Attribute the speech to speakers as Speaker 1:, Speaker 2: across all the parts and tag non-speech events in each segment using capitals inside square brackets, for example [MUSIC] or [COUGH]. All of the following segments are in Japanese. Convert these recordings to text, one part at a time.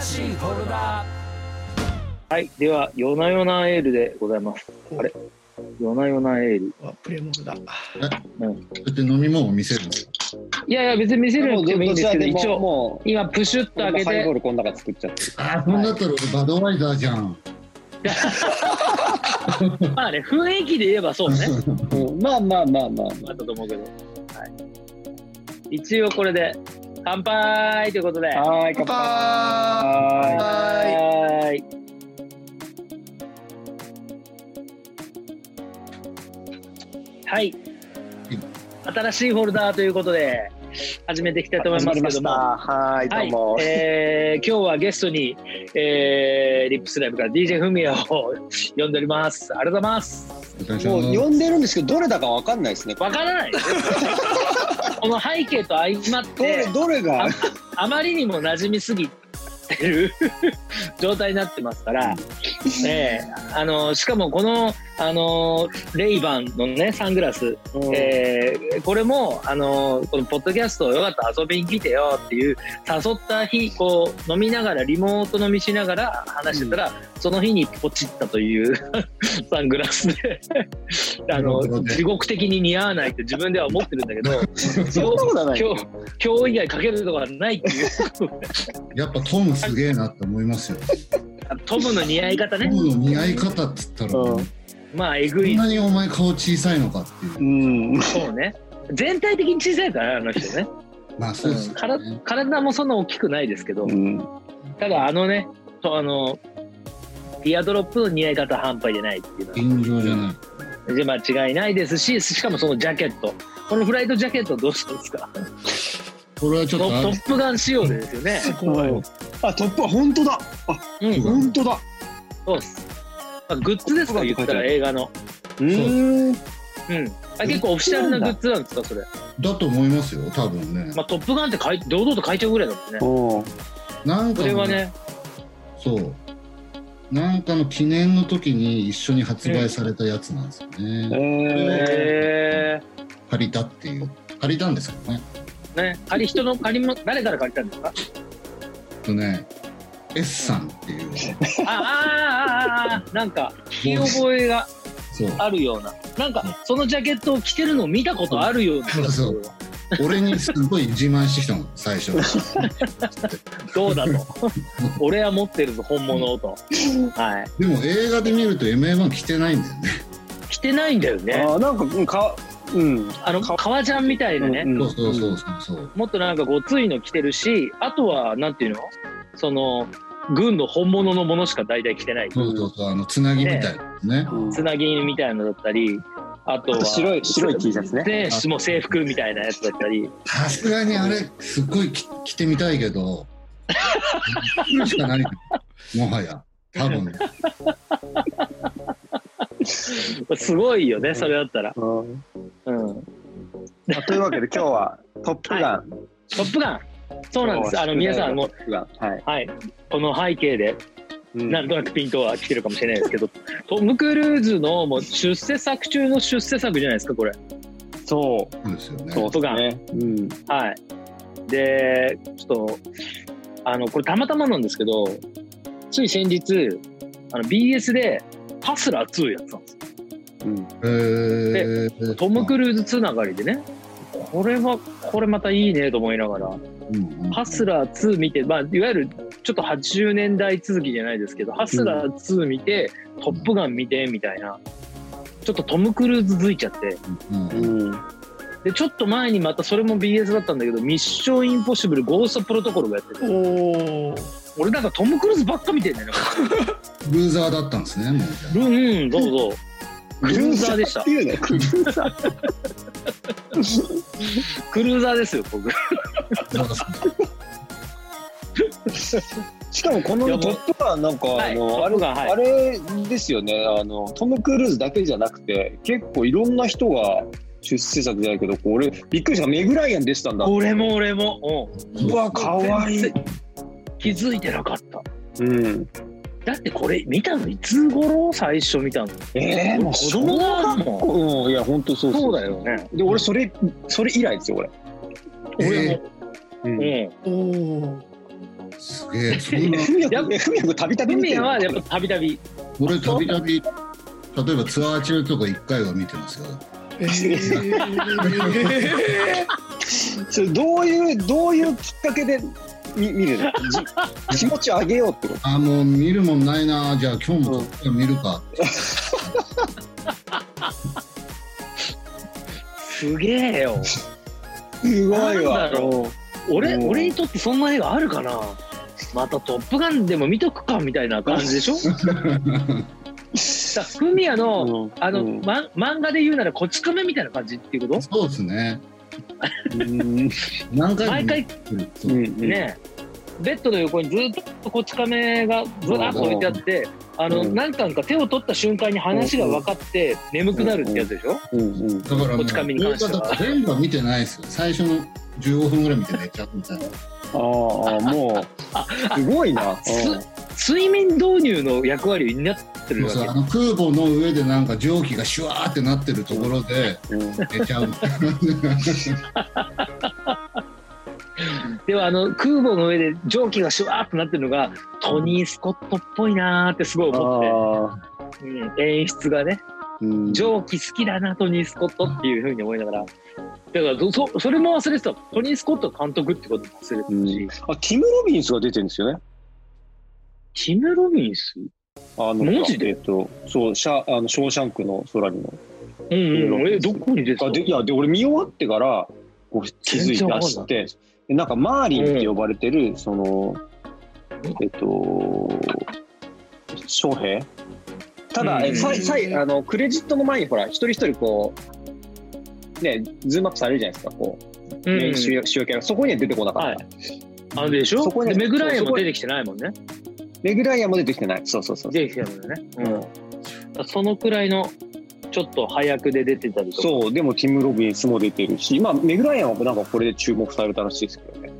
Speaker 1: 新しいフォルダ
Speaker 2: はい、では、夜な夜なエールでございます。あれ夜な夜なエール。
Speaker 3: あプレモルだ。
Speaker 4: そうやって飲み物を見せるんですか
Speaker 2: いやいや、別に見せる
Speaker 5: も
Speaker 2: の
Speaker 5: う
Speaker 2: でもいいんですけど、
Speaker 5: も
Speaker 2: 一応、
Speaker 5: もう
Speaker 2: 今、プシュッと開け
Speaker 5: ハイボー
Speaker 2: て、
Speaker 5: ルこの中作っちゃって
Speaker 4: ああ、そんなったら俺バドワイザーじゃん。
Speaker 6: まあね、雰囲気で言えばそうね。
Speaker 5: る、うんまあまあまあまあ
Speaker 6: あったと思うけど。はい、一応これで、乾杯ということで。
Speaker 5: まあはーい乾杯
Speaker 3: は
Speaker 6: はい。はい。新しいフォルダーということで、始めていきたいと思い
Speaker 5: 始
Speaker 6: ま
Speaker 5: ますり
Speaker 6: け
Speaker 5: ま
Speaker 6: ど
Speaker 5: し
Speaker 6: も。
Speaker 5: たはいど
Speaker 6: は
Speaker 5: う
Speaker 6: い
Speaker 5: も、、
Speaker 6: えー今日はゲストに、えーリップスライブから DJ フミヤを呼んでおります。ありがとうございます。
Speaker 4: お願いし
Speaker 5: もう
Speaker 4: ます
Speaker 5: 呼んでるんですけどどれだかわかんないですね
Speaker 6: わから
Speaker 5: [LAUGHS]
Speaker 6: ないですよこの背景と相まっ
Speaker 5: どれ
Speaker 6: て、
Speaker 5: どれが
Speaker 6: ああまりにも馴染みすぎてる [LAUGHS] 状態になってますから、えーあのしかもこの、あのレイバンのね、サングラス、えーこれも、あのこのポッドキャストをよかったら遊びに来てよっていう誘った日こう飲みながらリモート飲みしながら話してたら、その日にポチったという [LAUGHS] サングラスであの
Speaker 4: なるほどね
Speaker 6: 地獄的に似合わないって自分では思ってるんだけど
Speaker 5: そんなことはない
Speaker 6: 今日今日以外かけるとこはないって
Speaker 4: [LAUGHS]
Speaker 6: いう
Speaker 4: やっぱトムすげえなって思いますよ。
Speaker 6: トムの似合い方
Speaker 4: ト
Speaker 6: ね
Speaker 4: ムの似合い方っつったら、
Speaker 5: う
Speaker 4: こ
Speaker 5: ん
Speaker 4: ん
Speaker 6: まあえぐい
Speaker 4: なにお前顔小さいのかっていう
Speaker 5: う。ん
Speaker 6: そうね全体的に小さいからねあの人ね
Speaker 4: まあそうです
Speaker 6: から
Speaker 4: よね。
Speaker 6: 体もそんな大きくないですけど、
Speaker 5: うん
Speaker 6: ただあのねとあのディアドロップの似合い方半端じゃないっていうのは
Speaker 4: 現状じゃない。
Speaker 6: で間違いないですし、しかもそのジャケット。このフライドジャケットどうしたんですか
Speaker 4: これはち
Speaker 6: ト
Speaker 4: ょっとあ
Speaker 6: ト
Speaker 4: る
Speaker 6: ップガン仕様ですよね。
Speaker 3: あトップは本当だ。
Speaker 6: うん、
Speaker 4: そうだ
Speaker 3: 本当だ。
Speaker 6: そうっす。まあ、グッズですか
Speaker 5: トッ
Speaker 6: 言
Speaker 5: プガ
Speaker 6: っ
Speaker 5: ン
Speaker 6: たら映画の。
Speaker 5: うん
Speaker 6: うん。あ結構オフィシャルなグッズなんですかそれ。
Speaker 4: だと思いますよ、多分ね。
Speaker 6: まあ、トップガンって書い堂々と書いちゃうぐらいだもんね。
Speaker 4: なん
Speaker 6: こ
Speaker 4: か
Speaker 6: れは
Speaker 4: の、
Speaker 6: ね、
Speaker 4: そう。なんかの記念の時に一緒に発売されたやつなんですよね。
Speaker 5: え
Speaker 6: え
Speaker 4: 借りたっていう。借りたんですけどね。
Speaker 6: ー、ね、借り人の借りも、誰から借りたんですか
Speaker 4: えっとね、S さんっていう。
Speaker 6: ああ、ああ、ああ、なんか、聞き覚えが
Speaker 4: そう。
Speaker 6: あるような。なんか、そのジャケットを着てるのを見たことあるような。
Speaker 4: そうそう俺にすごい自慢してきたの、最初。
Speaker 6: どうだと。俺は持ってるぞ、本物をと。はい。
Speaker 4: でも映画で見ると MA1 着てないんだよね。
Speaker 6: 着てないんだよ
Speaker 5: え
Speaker 6: ね。
Speaker 5: あなんかうんかうん
Speaker 6: あの、革ジャンみたいなね。
Speaker 4: そうそうそうそうそう。
Speaker 6: もっとなんかごついの着てるし、あとは、なんていうのその、軍の本物のものしか大体着てない。
Speaker 4: そうそうそう、あの、つなぎみたいなね。
Speaker 5: うん
Speaker 6: つなぎみたいなのだったり、あと
Speaker 5: あと
Speaker 6: は、
Speaker 5: 白い白い T シャツね
Speaker 6: で、もう制服みたいなやつだったり。
Speaker 4: さすがにあれ、すっごいき着てみたいけど、着るしかないよもはや。多分、
Speaker 6: すごいよね、それだったら。
Speaker 5: うん
Speaker 6: うん。
Speaker 5: まあというわけで今日は「トップガン
Speaker 6: トップガンそうなんです。あの、皆さんも、」
Speaker 5: はい
Speaker 6: はい。この背景で、
Speaker 5: うん
Speaker 6: なんとなくピントは来てるかもしれないです
Speaker 5: [LAUGHS]
Speaker 6: けど、トム・クルーズのもう出世作中の出世作じゃないですか、これ。
Speaker 5: そ
Speaker 4: そうですよ
Speaker 5: う
Speaker 4: ね。
Speaker 5: そ
Speaker 6: ト
Speaker 5: う
Speaker 6: ップガン
Speaker 5: ねうん
Speaker 6: はい。で、ちょっと、あの、これたまたまなんですけど、つい先日、あの BS で、パスラー2やってたんですよ。
Speaker 5: うん
Speaker 4: えー、
Speaker 6: トム・クルーズつながりでね、これは、これまたいいねと思いながら、
Speaker 4: うんうん
Speaker 6: ハスラー2見て、まあ、いわゆるちょっと80年代続きじゃないですけど、ハスラー2見て、トップガン見て、みたいな、ちょっとトム・クルーズづいちゃって、
Speaker 4: うんうん
Speaker 5: うん
Speaker 6: で、ちょっと前にまたそれも BS だったんだけど、ミッション・インポッシブル、ゴースト・プロトコルがやってて、
Speaker 3: おお。
Speaker 6: 俺なんかトム・クルーズばっか見てんだよね。
Speaker 4: ルーザーだったんですね、もう。
Speaker 6: うん、うん、どうぞ。クルーザーでした
Speaker 5: って。いうねクルーザー
Speaker 6: クルーザーですよ、僕。
Speaker 4: なんかそう
Speaker 5: しかもこの
Speaker 6: いや
Speaker 5: ね
Speaker 6: もう
Speaker 5: トップガンなんか
Speaker 6: は
Speaker 5: あ
Speaker 6: い、ト
Speaker 5: の
Speaker 6: ッ
Speaker 5: あれ
Speaker 6: プガン、
Speaker 5: あ
Speaker 6: はい。
Speaker 5: れですよねあのトム・クルーズだけじゃなくて結構いろんな人が出世作じゃないけどこう俺びっくりしたメグライアンでしたんだ
Speaker 6: 俺も俺も。うん
Speaker 5: うわかわいい
Speaker 6: 全然気づいてなかった。
Speaker 5: うん
Speaker 6: だってこれ見たのいつ頃最初見たの
Speaker 5: えー、もう
Speaker 6: 子供だもん
Speaker 5: 小学校うんいや本当そう
Speaker 6: そう
Speaker 5: う
Speaker 6: だよね。
Speaker 5: で俺それそれ以来ですよ俺
Speaker 4: え
Speaker 6: 俺も、
Speaker 5: う
Speaker 6: う
Speaker 5: ん
Speaker 6: ん
Speaker 3: おお。
Speaker 4: すげえ、そんな、
Speaker 5: ふみやく、ふみやくたびたび
Speaker 6: フ
Speaker 5: 見
Speaker 6: ミ
Speaker 5: て
Speaker 6: ヤ
Speaker 5: るの
Speaker 6: はやっぱたびたび
Speaker 4: 俺たびたび、例えばツアー中とか1回は見てますよ。
Speaker 3: えー
Speaker 5: それどういう、どういうきっかけで見見るのじ気持ち上げようってこと
Speaker 4: あ、もう見るもんないな、じゃあ今日もこっちは見るか。
Speaker 6: すげえよ
Speaker 5: すごい
Speaker 6: なん
Speaker 5: わ
Speaker 6: だ。ろう俺
Speaker 5: うん
Speaker 6: 俺にとってそんな映画あるかなまた「トップガン」でも見とくかみたいな感じでしょさフミヤの、
Speaker 5: うん
Speaker 6: あの、
Speaker 5: うん
Speaker 6: ま、漫画で言うならこち亀みたいな感じっていうこ
Speaker 4: そうですね。
Speaker 5: うん
Speaker 4: 何
Speaker 6: と
Speaker 4: 回
Speaker 6: 毎
Speaker 4: も見
Speaker 6: 回
Speaker 4: てる。そううん
Speaker 6: ね、ベッドの横にずっとこち亀がずらっと置いてあってあの、
Speaker 5: うん
Speaker 6: 何巻か手を取った瞬間に話が分かって眠くなるってやつでしょ、
Speaker 5: うんうん
Speaker 4: だから
Speaker 6: こ
Speaker 4: も
Speaker 6: っち
Speaker 4: う、
Speaker 6: 亀に関しては
Speaker 4: だから全部は見てないですよ。最初の15分ぐらい見て寝ちゃうみたいな。
Speaker 5: あーあー、もう、すごいな。
Speaker 6: す睡眠導入の役割になってる
Speaker 4: もう
Speaker 6: わけ
Speaker 4: さあの空母の上でなんか蒸気がシュワーってなってるところで
Speaker 5: うんうん
Speaker 4: 寝ちゃうみたいな
Speaker 6: ではあの空母の上で蒸気がシュワーっとなってるのがトニー・スコットっぽいなーってすごい思
Speaker 5: あ
Speaker 6: って、うん演出がね
Speaker 5: ーうん
Speaker 6: 蒸気好きだなトニー・スコットっていうふうに思いながらだからどそそれも忘れてたトニー・スコット監督ってことも忘れてたし、
Speaker 5: うんあ、ティム・ロビンスが出てるんですよね。
Speaker 6: ティム・ロビンス
Speaker 5: あの
Speaker 6: マジで
Speaker 5: えっと、そう、シャあのショーシャンクの空にも。
Speaker 6: うんうん、
Speaker 5: うん
Speaker 6: えどこに出てた
Speaker 5: あでいや、で、俺見終わってから、こう気づ
Speaker 6: 全然
Speaker 5: いて
Speaker 6: わかんない
Speaker 5: 知って、でなんかマーリンって呼ばれてる、その、えっと、翔平ただ、
Speaker 6: うん
Speaker 5: えさいさいあの、クレジットの前にほら、一人一人こう、ね、ズームアップされるじゃないですか、こう、
Speaker 6: うん
Speaker 5: ね主要主要キャラ、そこには出てこなかった。
Speaker 6: はいあのでしょ
Speaker 5: そこに
Speaker 6: でメグライアン
Speaker 5: そ
Speaker 6: も
Speaker 5: こ
Speaker 6: 出てきてないもんね
Speaker 5: レギュラーやも出てきてない。そうそうそう。
Speaker 6: 出てきてないもんね、
Speaker 5: うん
Speaker 6: うん、そのくらいのちょっと早くで出てたりとか
Speaker 5: そう、でもティム・ロビンスも出てるし、まあ、メグライアンはなんかこれで注目されたらしいですけどね。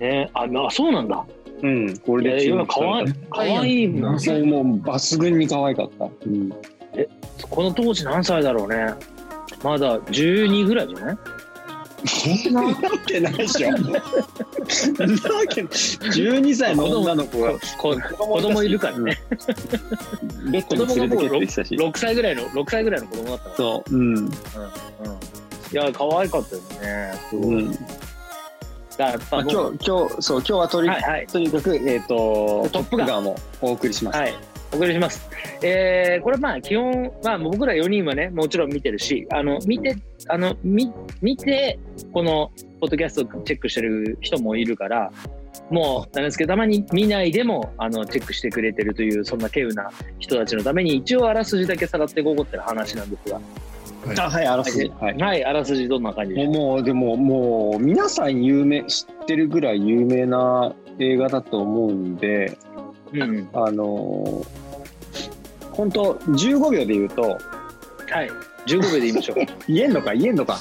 Speaker 6: ねあまあそうなんだ
Speaker 5: うん、こ
Speaker 6: い
Speaker 5: れ
Speaker 6: や
Speaker 5: で注
Speaker 6: 今
Speaker 5: 目
Speaker 6: かわ
Speaker 5: さ
Speaker 6: い
Speaker 5: れ
Speaker 6: かわいいもん
Speaker 5: た。そう、もう抜群に可愛かった。 [LAUGHS] うん、
Speaker 6: この当時何歳だろうねまだ12ぐらいじゃない
Speaker 4: そんな
Speaker 5: なわけないでしょ。なわけない。12歳の女の子が
Speaker 6: こ子供いるからね、
Speaker 5: ベッドに連れてけって言ってたし。
Speaker 6: 6歳ぐらいの6歳ぐらいの子供だったか
Speaker 5: そう、う
Speaker 6: ら、うん、
Speaker 5: ん、
Speaker 6: いや可愛かったよねすごい、
Speaker 5: うん。
Speaker 6: だからやっぱ
Speaker 5: まあ、
Speaker 6: 僕
Speaker 5: 今日、今日、そう、今日はとり、
Speaker 6: はいはい
Speaker 5: とにかく、えっ、と、
Speaker 6: トップガン
Speaker 5: ンもお送りしました。
Speaker 6: はい、お送りします。えーこれまあ基本、まあ、僕ら4人はねもちろん見てるしあの見てあの見見てこのポッドキャストをチェックしてる人もいるからもうなんですけどたまに見ないでもあのチェックしてくれてるというそんな稀有な人たちのために一応あらすじだけさらってここってる話なんですが
Speaker 5: あ、はい、あらすじ。はい。
Speaker 6: はいあらすじどんな感じでし
Speaker 5: もう
Speaker 6: ょ
Speaker 5: もうでももう皆さん有名知ってるぐらい有名な映画だと思うんで
Speaker 6: う、うん、
Speaker 5: あのー、本当15秒で言うと
Speaker 6: はい15秒で言いましょう
Speaker 5: 言えんのか言えんのか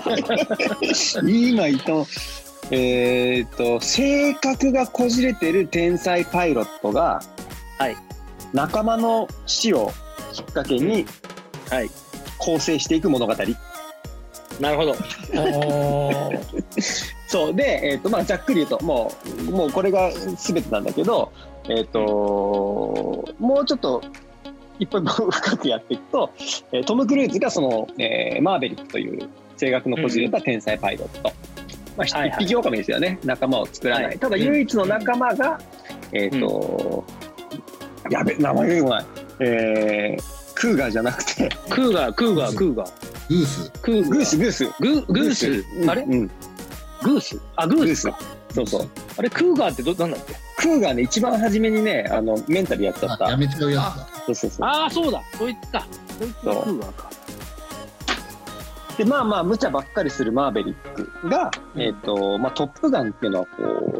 Speaker 5: [LAUGHS] 今言ったのえーっと性格がこじれてる天才パイロットが、
Speaker 6: はい
Speaker 5: 仲間の死をきっかけに
Speaker 6: はい
Speaker 5: 構成していく物語。
Speaker 6: [LAUGHS] なるほど
Speaker 3: あ
Speaker 5: そうで、えっとまあ、ざっくり言うともうもうこれが全てなんだけど、えっともうちょっといっぱい深くやっていくとえートム・クルーズがその、えーマーベリックという性格のこじれた天才パイロット、まあ、ひ
Speaker 6: はいはい
Speaker 5: 一匹狼ですよね仲間を作らない、
Speaker 6: はい
Speaker 5: ただ唯一の仲間が、えっとやべ名前が出てこない、えークーガーじゃなくて
Speaker 6: クーガークーガークーガー
Speaker 4: グース
Speaker 6: クーガー
Speaker 5: グースグース
Speaker 6: グーグース
Speaker 5: うん
Speaker 6: あれ
Speaker 5: うん、
Speaker 6: グースあグ
Speaker 5: グ
Speaker 6: ー
Speaker 5: ー
Speaker 6: ス
Speaker 5: ス
Speaker 6: か
Speaker 5: そうそう
Speaker 6: あれクーガーってどなんだっけ
Speaker 5: クーガーね、一番初めにね、あの、メンタルやっちゃっ
Speaker 4: あや
Speaker 5: た。
Speaker 4: めちゃうやつだ
Speaker 5: そうそうそう。
Speaker 6: ああそうだこいつかこいつがクーガーか
Speaker 5: で、まあまあ、無茶ばっかりするマーベリックが、えっ、と、まあ、トップガンっていうのは、こ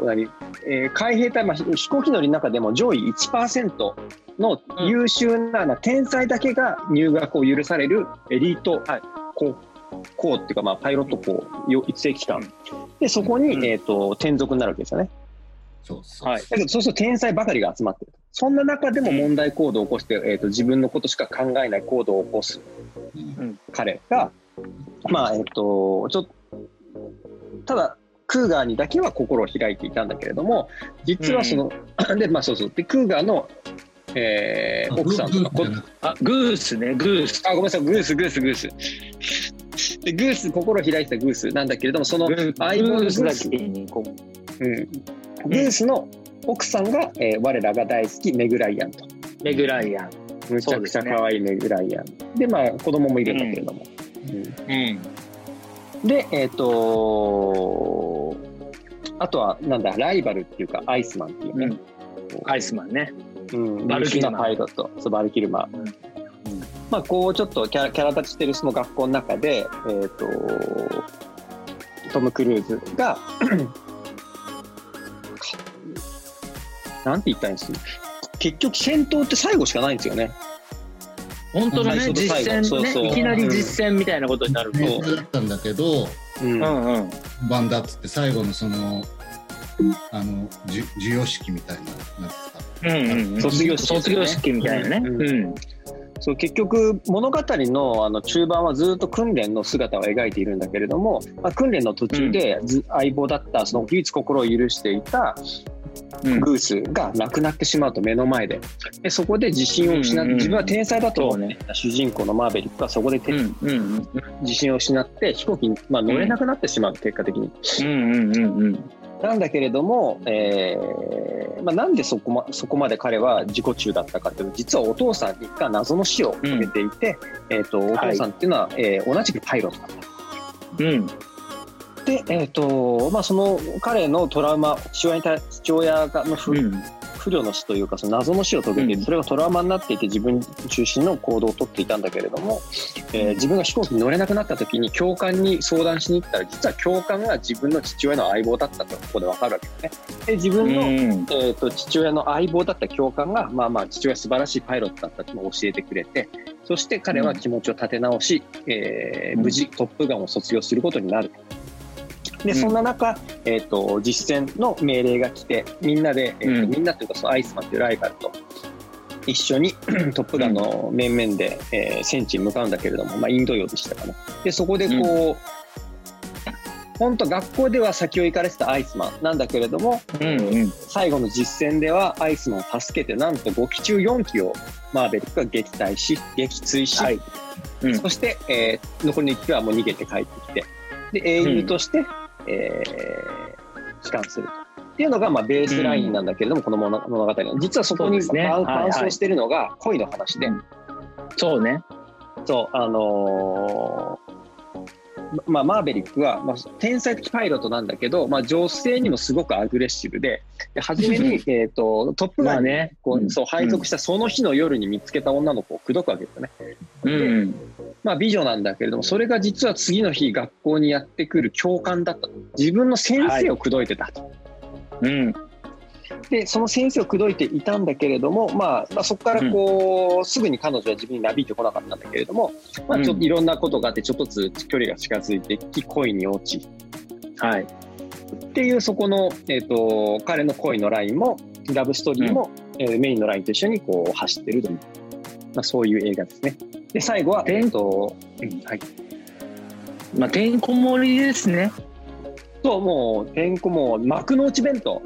Speaker 5: う、何、えー海兵隊、まあ、ひ飛行機乗りの中でも上位1%の
Speaker 6: うん
Speaker 5: 優秀な、な天才だけが入学を許されるエリート、
Speaker 6: はい
Speaker 5: こう、こうっていうか、まあ、パイロット校、よ育成機関。で、そこに、
Speaker 6: うん
Speaker 5: えっ、と、転属になるわけですよね。
Speaker 4: そうそう
Speaker 6: はい
Speaker 5: だけど、そうすると天才ばかりが集まってる。そんな中でも問題行動を起こして、えー、と自分のことしか考えない行動を起こす
Speaker 4: うん
Speaker 5: 彼が、まあ、えっ、と、ちょただ、クーガーにだけは心を開いていたんだけれども実はその、 [LAUGHS] でまあそうそうでクーガーの、えー奥さんとか
Speaker 4: ブ
Speaker 5: こ
Speaker 4: ーブーじゃなくて
Speaker 6: あ、グースね、グース。
Speaker 5: あごめんなさいグースグースグースでグース心を開いてたグースなんだけれどもその相棒の
Speaker 2: ブ
Speaker 5: グ
Speaker 2: ースだ
Speaker 5: ース,、
Speaker 2: けにこう
Speaker 5: うん、グースの奥さんが、えー我らが大好きメグライアンと
Speaker 6: メグライアン。
Speaker 5: むちゃくちゃ可愛いメグライアンで,、まあ子供もいるんだけれども、うん
Speaker 6: うん。
Speaker 5: で、えっ、とあとは、なんだ、ライバルっていうか、アイスマンっていうね、
Speaker 6: アイスマンね。
Speaker 5: うん
Speaker 6: バルキルマン
Speaker 5: 優秀なパイロット、そうバルキルマン。
Speaker 6: うんうん
Speaker 5: まあ、こう、ちょっとキャラキャラ立ちしてるその学校の中で、えっ、とトム・クルーズが、かなんて言ったらいいんですか結局、戦闘って最後しかないんですよね。
Speaker 6: 本当の
Speaker 5: 最
Speaker 6: ね、
Speaker 5: 初と
Speaker 6: 実
Speaker 5: 最後
Speaker 6: 戦
Speaker 5: そうそう
Speaker 6: ね、いきなり実戦みたいなことになると。
Speaker 4: ねそれだったんだけど
Speaker 5: うん
Speaker 6: うんうん。
Speaker 4: バンダっつって最後のそのあのじゅ授与式みたいななんですか
Speaker 6: うんうん。
Speaker 5: 卒業式
Speaker 6: 卒業式みたいなね。
Speaker 5: うん
Speaker 6: うん。
Speaker 5: そう結局物語のあの中盤はずっと訓練の姿を描いているんだけれども、まあ、訓練の途中でず相棒だったその唯一心を許していた
Speaker 6: うん
Speaker 5: グースが亡くなってしまうと目の前ででそこで自信を失っ
Speaker 6: うん
Speaker 5: て
Speaker 6: うん
Speaker 5: 自分は天才だと
Speaker 6: そう
Speaker 5: 思っ
Speaker 6: ね。
Speaker 5: た主人公のマーベリックがそこでて
Speaker 6: うんうん
Speaker 5: 自信を失って飛行機に、まあ、乗れなくなってしまう結果的に。
Speaker 6: うんうんうんうん。
Speaker 5: なんだけれども、えーまあ、なんでそこ,、ま、そこまで彼は自己中だったかっていうと実はお父さんが謎の死を遂げていて、えー、とお父さんっていうのは、えー同じくパイロットだっ
Speaker 6: うん。
Speaker 5: た。で、えーとまあ、その彼のトラウマ父親に対父親がの不,、
Speaker 6: うん。
Speaker 5: 不慮の死というかその謎の死を遂げて、
Speaker 6: うん
Speaker 5: それがトラウマになっていて自分中心の行動をとっていたんだけれども、えー自分が飛行機に乗れなくなった時に教官に相談しに行ったら実は教官が自分の父親の相棒だったとここで分かるわけですね。で自分の、
Speaker 6: うん。
Speaker 5: えー、と父親の相棒だった教官が、まあ、まあ父親素晴らしいパイロットだったっていうのを教えてくれてそして彼は気持ちを立て直し、えー無事「トップガン」を卒業することになる。でそんな中、えー、と実戦の命令が来てみんなで、えー
Speaker 6: うん
Speaker 5: みんなというかそのアイスマンというライバルと一緒に [CLEARS THROAT] 「トップガン」の面々で、えー戦地に向かうんだけれども、まあ、インド洋でしたかね。でそこでこう、本当学校では先を行かれてたアイスマンなんだけれども、
Speaker 6: うん。
Speaker 5: 最後の実戦ではアイスマンを助けてなんと5機中4機をマーベリックが撃退し撃墜し、
Speaker 6: はいうん
Speaker 5: そして、えー残りの1機はもう逃げて帰ってきてで英雄として、えー帰還すると。っていうのがまあベースラインなんだけれども、この物物語の実はそこに
Speaker 6: そうですねは
Speaker 5: 伴
Speaker 6: いはい
Speaker 5: 伴走してるのが恋の話で、
Speaker 6: うんそうね。
Speaker 5: そう、あのーままあ、マーベリックは、まあ、天才的パイロットなんだけど、まあ、女性にもすごくアグレッシブで、で初めに、
Speaker 6: [LAUGHS]
Speaker 5: えっと、トップ
Speaker 6: ま
Speaker 5: ガ
Speaker 6: あ
Speaker 5: ンに、
Speaker 6: ね。
Speaker 5: こう
Speaker 6: うん
Speaker 5: そう配属したその日の夜に見つけた女の子を口説くわけですよね。
Speaker 6: うん。
Speaker 5: まあ、美女なんだけれども、それが実は次の日、学校にやってくる教官だったと。自分の先生を口説いてたと。
Speaker 6: うん。
Speaker 5: でその先生を口説いていたんだけれども、まあまあ、そこからこう、すぐに彼女は自分になびいてこなかったんだけれども、まあ、ちょっ
Speaker 6: うん
Speaker 5: といろんなことがあってちょっとずつ距離が近づいてき恋に落ち
Speaker 6: はい。
Speaker 5: っていうそこの、えー、と彼の恋のラインもラブストーリーも、えーメインのラインと一緒にこう走ってるという、まあ、そういう映画ですね。で最後は、
Speaker 6: で
Speaker 5: えーとうんはい、
Speaker 6: まあ、てんこ盛りですね。
Speaker 5: ともうてんこもう幕の内弁当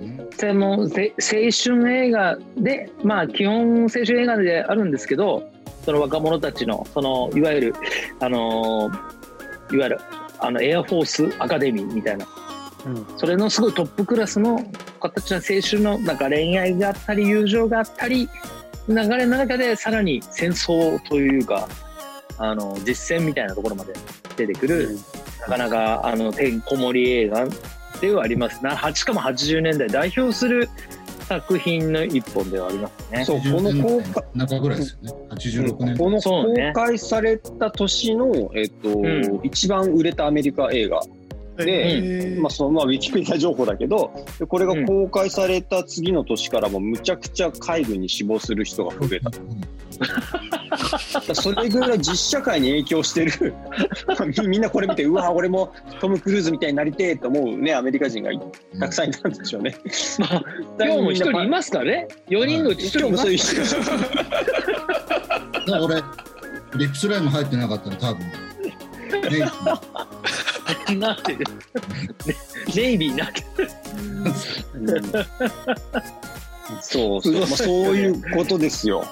Speaker 4: うん
Speaker 6: でもせ青春映画でまあ基本青春映画であるんですけどその若者たちのそのいわゆるあのーいわゆるあのエアフォースアカデミーみたいな、
Speaker 5: うん
Speaker 6: それのすごいトップクラスの形の青春のなんか恋愛があったり友情があったり流れの中でさらに戦争というかあの実戦みたいなところまで出てくる、なかなかあのてんこ盛り映画ではありますなはしかも80年代代表する作品の一本ではありますね。
Speaker 5: そうこの公開
Speaker 4: 中ぐらいですよね86年
Speaker 5: この
Speaker 6: そう
Speaker 5: 公
Speaker 6: ね
Speaker 5: 開された年の、えっと
Speaker 6: ん
Speaker 5: 一番売れたアメリカ映画、で
Speaker 3: えー
Speaker 5: まあそのまあ、ウィキペディア情報だけどでこれが公開された次の年からもむちゃくちゃ海軍に死亡する人が増
Speaker 6: [LAUGHS]
Speaker 5: えただからそれぐらい実社会に影響してる [LAUGHS] みみんなこれ見てうわ俺もトム・クルーズみたいになりてえと思うねアメリカ人がたくさんいたんでしょうね。
Speaker 6: [LAUGHS] まあ、今日も一人いますからね4人のうち一
Speaker 5: [LAUGHS]
Speaker 6: 人い
Speaker 5: 今日
Speaker 6: ま
Speaker 5: も
Speaker 6: す
Speaker 5: そういう人
Speaker 4: だから俺リップスライム入ってなかったら多分ネイキ
Speaker 6: なってる。 [LAUGHS] ネイビーになってる。
Speaker 5: そうそう、まあ、そういうことですよ。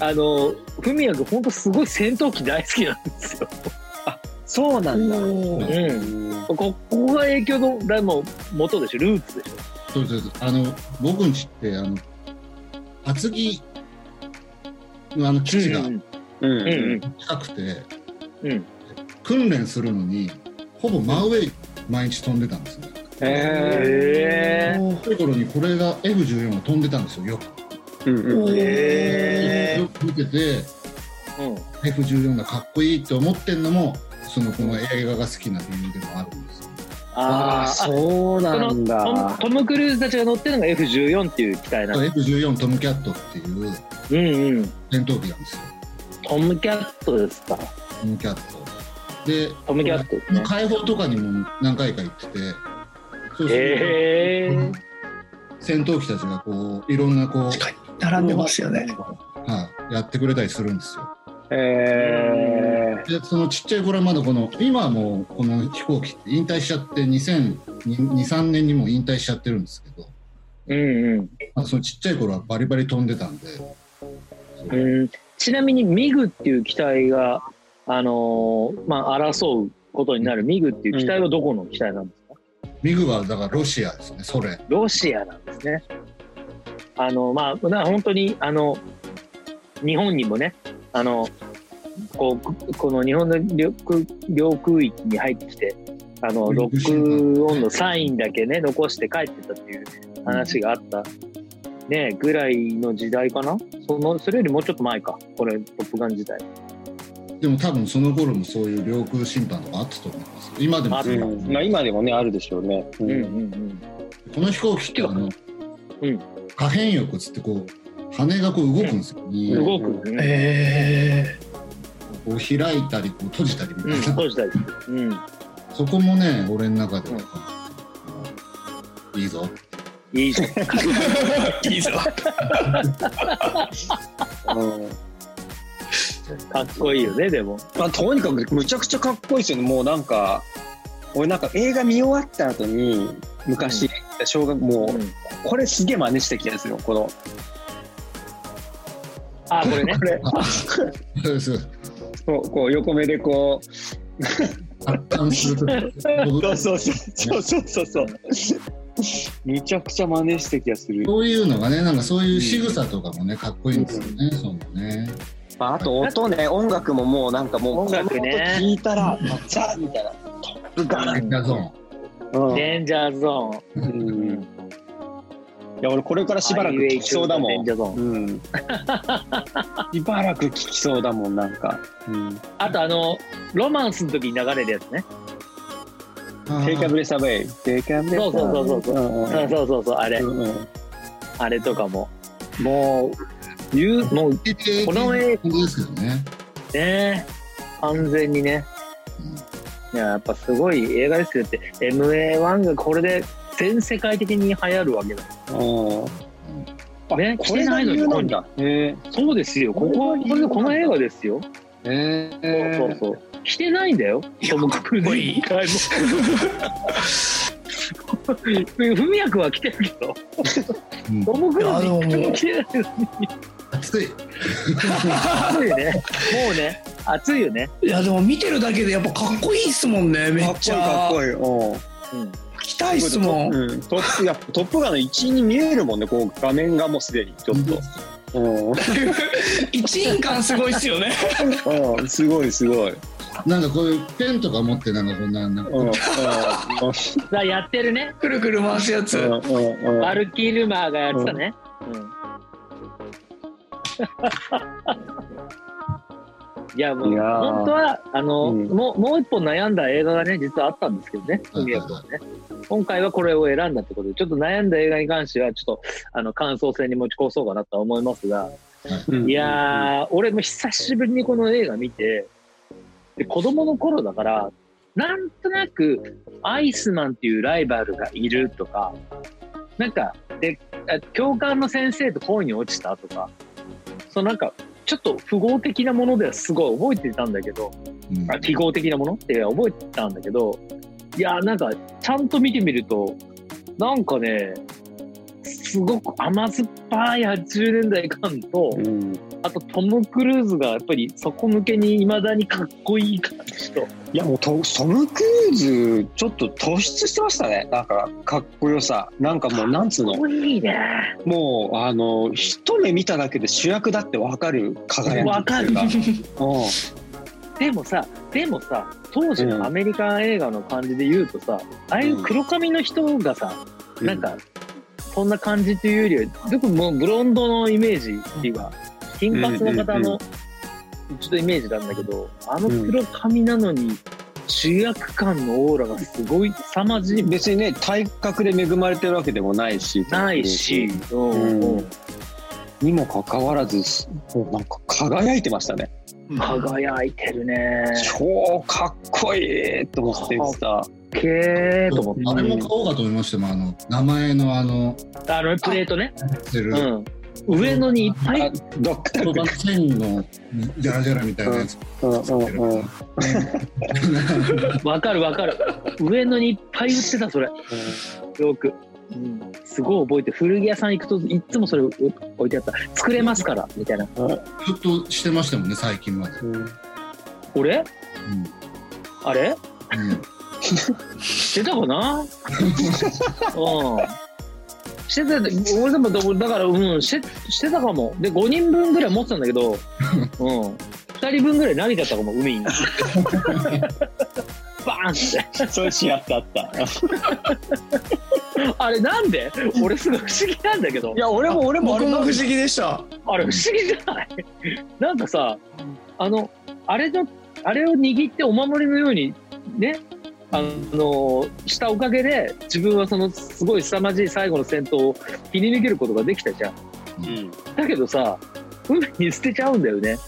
Speaker 6: あの、ふみやくん、ほんとすごい戦闘機大好きなんですよ。
Speaker 5: そうなんだ。
Speaker 6: うん。こここが影響の、だもう元でしょ、ルーツでしょ。
Speaker 4: そうですあの僕んちってあの厚木のあの基地が
Speaker 6: うん
Speaker 5: うん
Speaker 6: うんうん。
Speaker 4: 近くて、
Speaker 6: うん
Speaker 4: 訓練するのにほぼ真上毎日飛んでたんですよ。
Speaker 6: へー
Speaker 4: そういう頃にこれが F14 が飛んでたんですよよく。
Speaker 5: うんうん
Speaker 6: へ
Speaker 4: よく見てて
Speaker 6: ーうん
Speaker 4: F14 がかっこいいと思ってんのもそのこの映画が好きな理由でもあるんですよ。
Speaker 5: ああ、
Speaker 6: あー
Speaker 5: そうなん
Speaker 6: あトム
Speaker 5: だ。
Speaker 6: トム・クルーズたちが乗ってるのが F14 っていう機体なの。
Speaker 4: F14 トムキャットっていう
Speaker 6: うんうん。
Speaker 4: 戦闘機なんですよ。
Speaker 6: トム・キャットですか。
Speaker 4: トムキャット。で、
Speaker 6: トム・キャットですね。
Speaker 4: 解放とかにも何回か行ってて、そうすると
Speaker 6: へえ。
Speaker 4: 戦闘機たちがこういろんなこう、は
Speaker 3: 並んでますよね。
Speaker 4: いやってくれたりするんですよ。
Speaker 5: え
Speaker 4: でそのちっちゃい頃はまだこの今はもうこの飛行機って引退しちゃって2023年にもう引退しちゃってるんですけど、
Speaker 6: うんうん。
Speaker 4: まあ、そのちっちゃい頃はバリバリ飛んでたんで
Speaker 6: うんちなみにミグっていう機体が、あのーまあ、争うことになるミグっていう機体はどこの機体なんですか、
Speaker 4: ミグはだからロシアですねそれ
Speaker 6: ロシアなんですね。あのまあ、だから本当にあの日本にもねあのこうこの日本の領空領空域に入ってきてあの
Speaker 4: うん
Speaker 6: ロックオンのサインだけね残して帰ってたっていう話があった、ね、ぐらいの時代かなそのそれよりもうちょっと前かこれ「トップガン」自体。
Speaker 4: でも多分その頃もそういう領空侵犯とかあったと思います今でもそう
Speaker 5: ー
Speaker 4: な
Speaker 5: うん
Speaker 4: です
Speaker 5: んまあ、今でもね、あるでしょうね。う
Speaker 6: うんうん
Speaker 5: ん
Speaker 6: うん
Speaker 4: この飛行機ってあの、
Speaker 6: うん
Speaker 4: 可変翼っつってこう羽がこう動くんですよ、
Speaker 5: う
Speaker 6: 動くんですね。
Speaker 3: え
Speaker 4: こう開いたりこう閉じたりみ
Speaker 6: う
Speaker 4: た
Speaker 6: ん、
Speaker 4: いな、
Speaker 6: 閉じたり。うん。
Speaker 4: そこもね俺の中では、いいぞ [LAUGHS]
Speaker 6: いいじゃん。
Speaker 3: えいいぞ。
Speaker 5: うん
Speaker 6: かっこいいよね、でも。
Speaker 5: まあ、とにかくむちゃくちゃかっこいいですよね。もうなんか、俺なんか映画見終わった後に、昔、小学、もう、これすげえ真似した気がするよ。この、
Speaker 6: あ、これね。
Speaker 5: これ、
Speaker 4: そうです
Speaker 5: こうこう横目でこう、
Speaker 4: 発汗すると
Speaker 5: そう
Speaker 4: き
Speaker 5: そう [LAUGHS] そうそうそうそう。むちゃくちゃ真似した気がする。
Speaker 4: そういうのがねなんかそういう仕草とかもねかっこいいんですよね、そうね
Speaker 5: まあ、あと音ね、音楽ももうなんかもう、
Speaker 6: 音楽ね
Speaker 5: この音聞いたら、ザみたいな。トップガン
Speaker 4: エンダーゾーン
Speaker 5: うん
Speaker 6: デンジャーゾ
Speaker 5: うんいや、俺これから
Speaker 6: ーン。
Speaker 5: しばらく聞きそうだ
Speaker 6: デ
Speaker 5: も
Speaker 6: ン
Speaker 5: ん
Speaker 6: ジ。ャーゾーン。
Speaker 5: うん。しばらく聞きそうだもん、なんか。うん。
Speaker 6: あと、あの、ロマンスの時に流れるやつね。
Speaker 4: あ
Speaker 5: テイカ
Speaker 4: ー
Speaker 5: ブレスアウェイ。テイカブレスア
Speaker 6: そ
Speaker 5: ウェイ。
Speaker 6: うそうそう
Speaker 5: うん
Speaker 6: そうそうそうそう、あれ、
Speaker 5: うんうん
Speaker 6: あれとかも。もう、言う、もう、この絵
Speaker 4: 本当ですけどね
Speaker 6: ね、完全にね。いや、やっぱすごい映画ですよって、MA1 がこれで全世界的に流行るわけだ。
Speaker 5: うん。あ
Speaker 6: ね
Speaker 5: これが理由なんだ。へ
Speaker 6: そうですよ。ここ、これ、この映画ですよ。
Speaker 5: え。へえ。
Speaker 6: そうそうそう。着てないんだよ。トム・クルーズ一回も。
Speaker 5: [LAUGHS]
Speaker 6: 文役は着てるけど、
Speaker 4: うん
Speaker 6: トム・クルーズ一回も着てない
Speaker 4: 熱い
Speaker 6: 暑いね。もうね、暑いよね。
Speaker 3: いやでも見てるだけでやっぱかっこいいっすもんね。めっ
Speaker 5: かっこいい
Speaker 3: ち
Speaker 5: か
Speaker 3: ゃ
Speaker 5: っ。こいい。うん。
Speaker 6: うん。
Speaker 3: 来たいっすもん。 [LAUGHS]
Speaker 5: うん、トップやっぱトップガンの一員に見えるもんね、こう画面がもうすでにちょっと。う
Speaker 3: 一員感すごいっすよね。
Speaker 5: ん、うん、すごいすごい。
Speaker 4: なんかこういうペンとか持ってなんかこんななんか
Speaker 5: うん、うん、うん、
Speaker 6: だからやってるね。
Speaker 3: くるくる回すやつ。
Speaker 5: うん
Speaker 6: バルキルマーがやってたね。うん。いやもう
Speaker 5: いやー
Speaker 6: 本当はあの、
Speaker 5: うん
Speaker 6: もうもう一本悩んだ映画がね実はあったんですけどね
Speaker 4: はい
Speaker 6: 文也君はね今回はこれを選んだってことでちょっと悩んだ映画に関してはちょっとあの感想戦に持ち越そうかなとは思いますが、
Speaker 5: うん。
Speaker 6: いやー俺も久しぶりにこの映画見てで子供の頃だからなんとなくアイスマンっていうライバルがいるとかなんかであ教官の先生と恋に落ちたとかそのなんかちょっと符号的なものではすごい覚えてたんだけど、
Speaker 4: うん
Speaker 6: あ記号的なものって覚えてたんだけどいやなんかちゃんと見てみるとなんかねすごく甘酸っぱい80年代感と、
Speaker 7: うん
Speaker 6: あとトム・クルーズがやっぱり底向けにいまだにかっこいい感じと
Speaker 5: いやもうトトム・クルーズちょっと突出してましたねなんかかっこよさなんかもうなんつうの
Speaker 6: いいね
Speaker 5: もうあの一目見ただけで主役だってわかる輝き
Speaker 6: わかる
Speaker 5: うん
Speaker 6: でもさでもさ当時のアメリカン映画の感じで言うとさ、ああいう黒髪の人がさ、なんかそんな感じというよりはよくもうブロンドのイメージっていうか金髪の方
Speaker 5: うんうんう
Speaker 6: のちょっとイメージなんだけどあの黒髪なのに主役感のオーラがすごい凄まじい
Speaker 5: 別にね体格で恵まれてるわけでもないし
Speaker 6: ないし、うん
Speaker 5: うんにもかかわらずもうなんか輝いてましたね
Speaker 6: 輝いてるね
Speaker 5: 超かっこいいと思って見てた
Speaker 6: けーと思っ
Speaker 4: あれも買おうかと思いましたもんあの名前のあの
Speaker 6: たあのプレートね
Speaker 4: セル
Speaker 6: うん上野にいっぱ
Speaker 5: あ
Speaker 6: い
Speaker 5: ドクタ
Speaker 4: 言葉の線のジャラジャラみたいなやつ
Speaker 5: ーうんうんうん
Speaker 6: わかるわかる上野にいっぱい売ってたそれよく、うん、すごい覚えて古着屋さん行くといっつもそれ置いてあった作れますからみたいな
Speaker 4: ずっとしてましたもんね最近まで、
Speaker 6: 俺
Speaker 4: うん
Speaker 6: あれ
Speaker 4: うん
Speaker 6: してたか
Speaker 5: [LAUGHS]
Speaker 6: なうんしてた俺でもだだからうんしてしてたかもで5人分ぐらい持ってたんだけ
Speaker 5: [LAUGHS]
Speaker 6: ど、うん、2人分ぐらい投げちゃったかも海にバーンって
Speaker 5: そういうシーンあったあった
Speaker 6: [LAUGHS] あれなんで俺すごい不思議なんだけど
Speaker 5: いや俺も俺もあ
Speaker 3: 僕
Speaker 5: れ
Speaker 3: も不
Speaker 5: なん
Speaker 3: 思議でした。
Speaker 6: あれ不思議じゃない [LAUGHS] なんかさあのあれのあれを握ってお守りのようにねあのしたおかげで自分はそのすごい凄まじい最後の戦闘を切り抜けることができたじゃんだけどさ海に捨てちゃうんだよね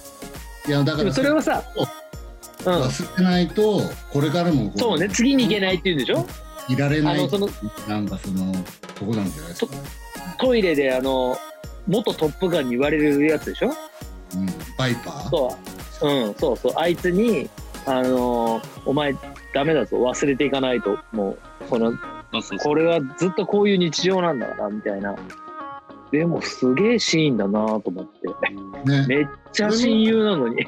Speaker 4: いやだか
Speaker 6: でも
Speaker 4: ら
Speaker 6: それはさうん
Speaker 4: 忘れないとこれからもこ
Speaker 6: そうね次に行けないっていうんでしょ
Speaker 4: いられ
Speaker 6: あ
Speaker 4: な
Speaker 6: の
Speaker 4: い
Speaker 6: その
Speaker 4: なんかそのとこなんじゃないですか、
Speaker 6: トイレであの元トップガンに言われるやつでしょ
Speaker 4: うん、バイパー
Speaker 6: そう、うん、そうそう、あいつに、あのーお前、ダメだぞ、忘れていかないと、もう、この、これはずっとこういう日常なんだから、みたいな。でも、すげえシーンだなと思って。
Speaker 4: ね
Speaker 6: めっちゃ親友なのに。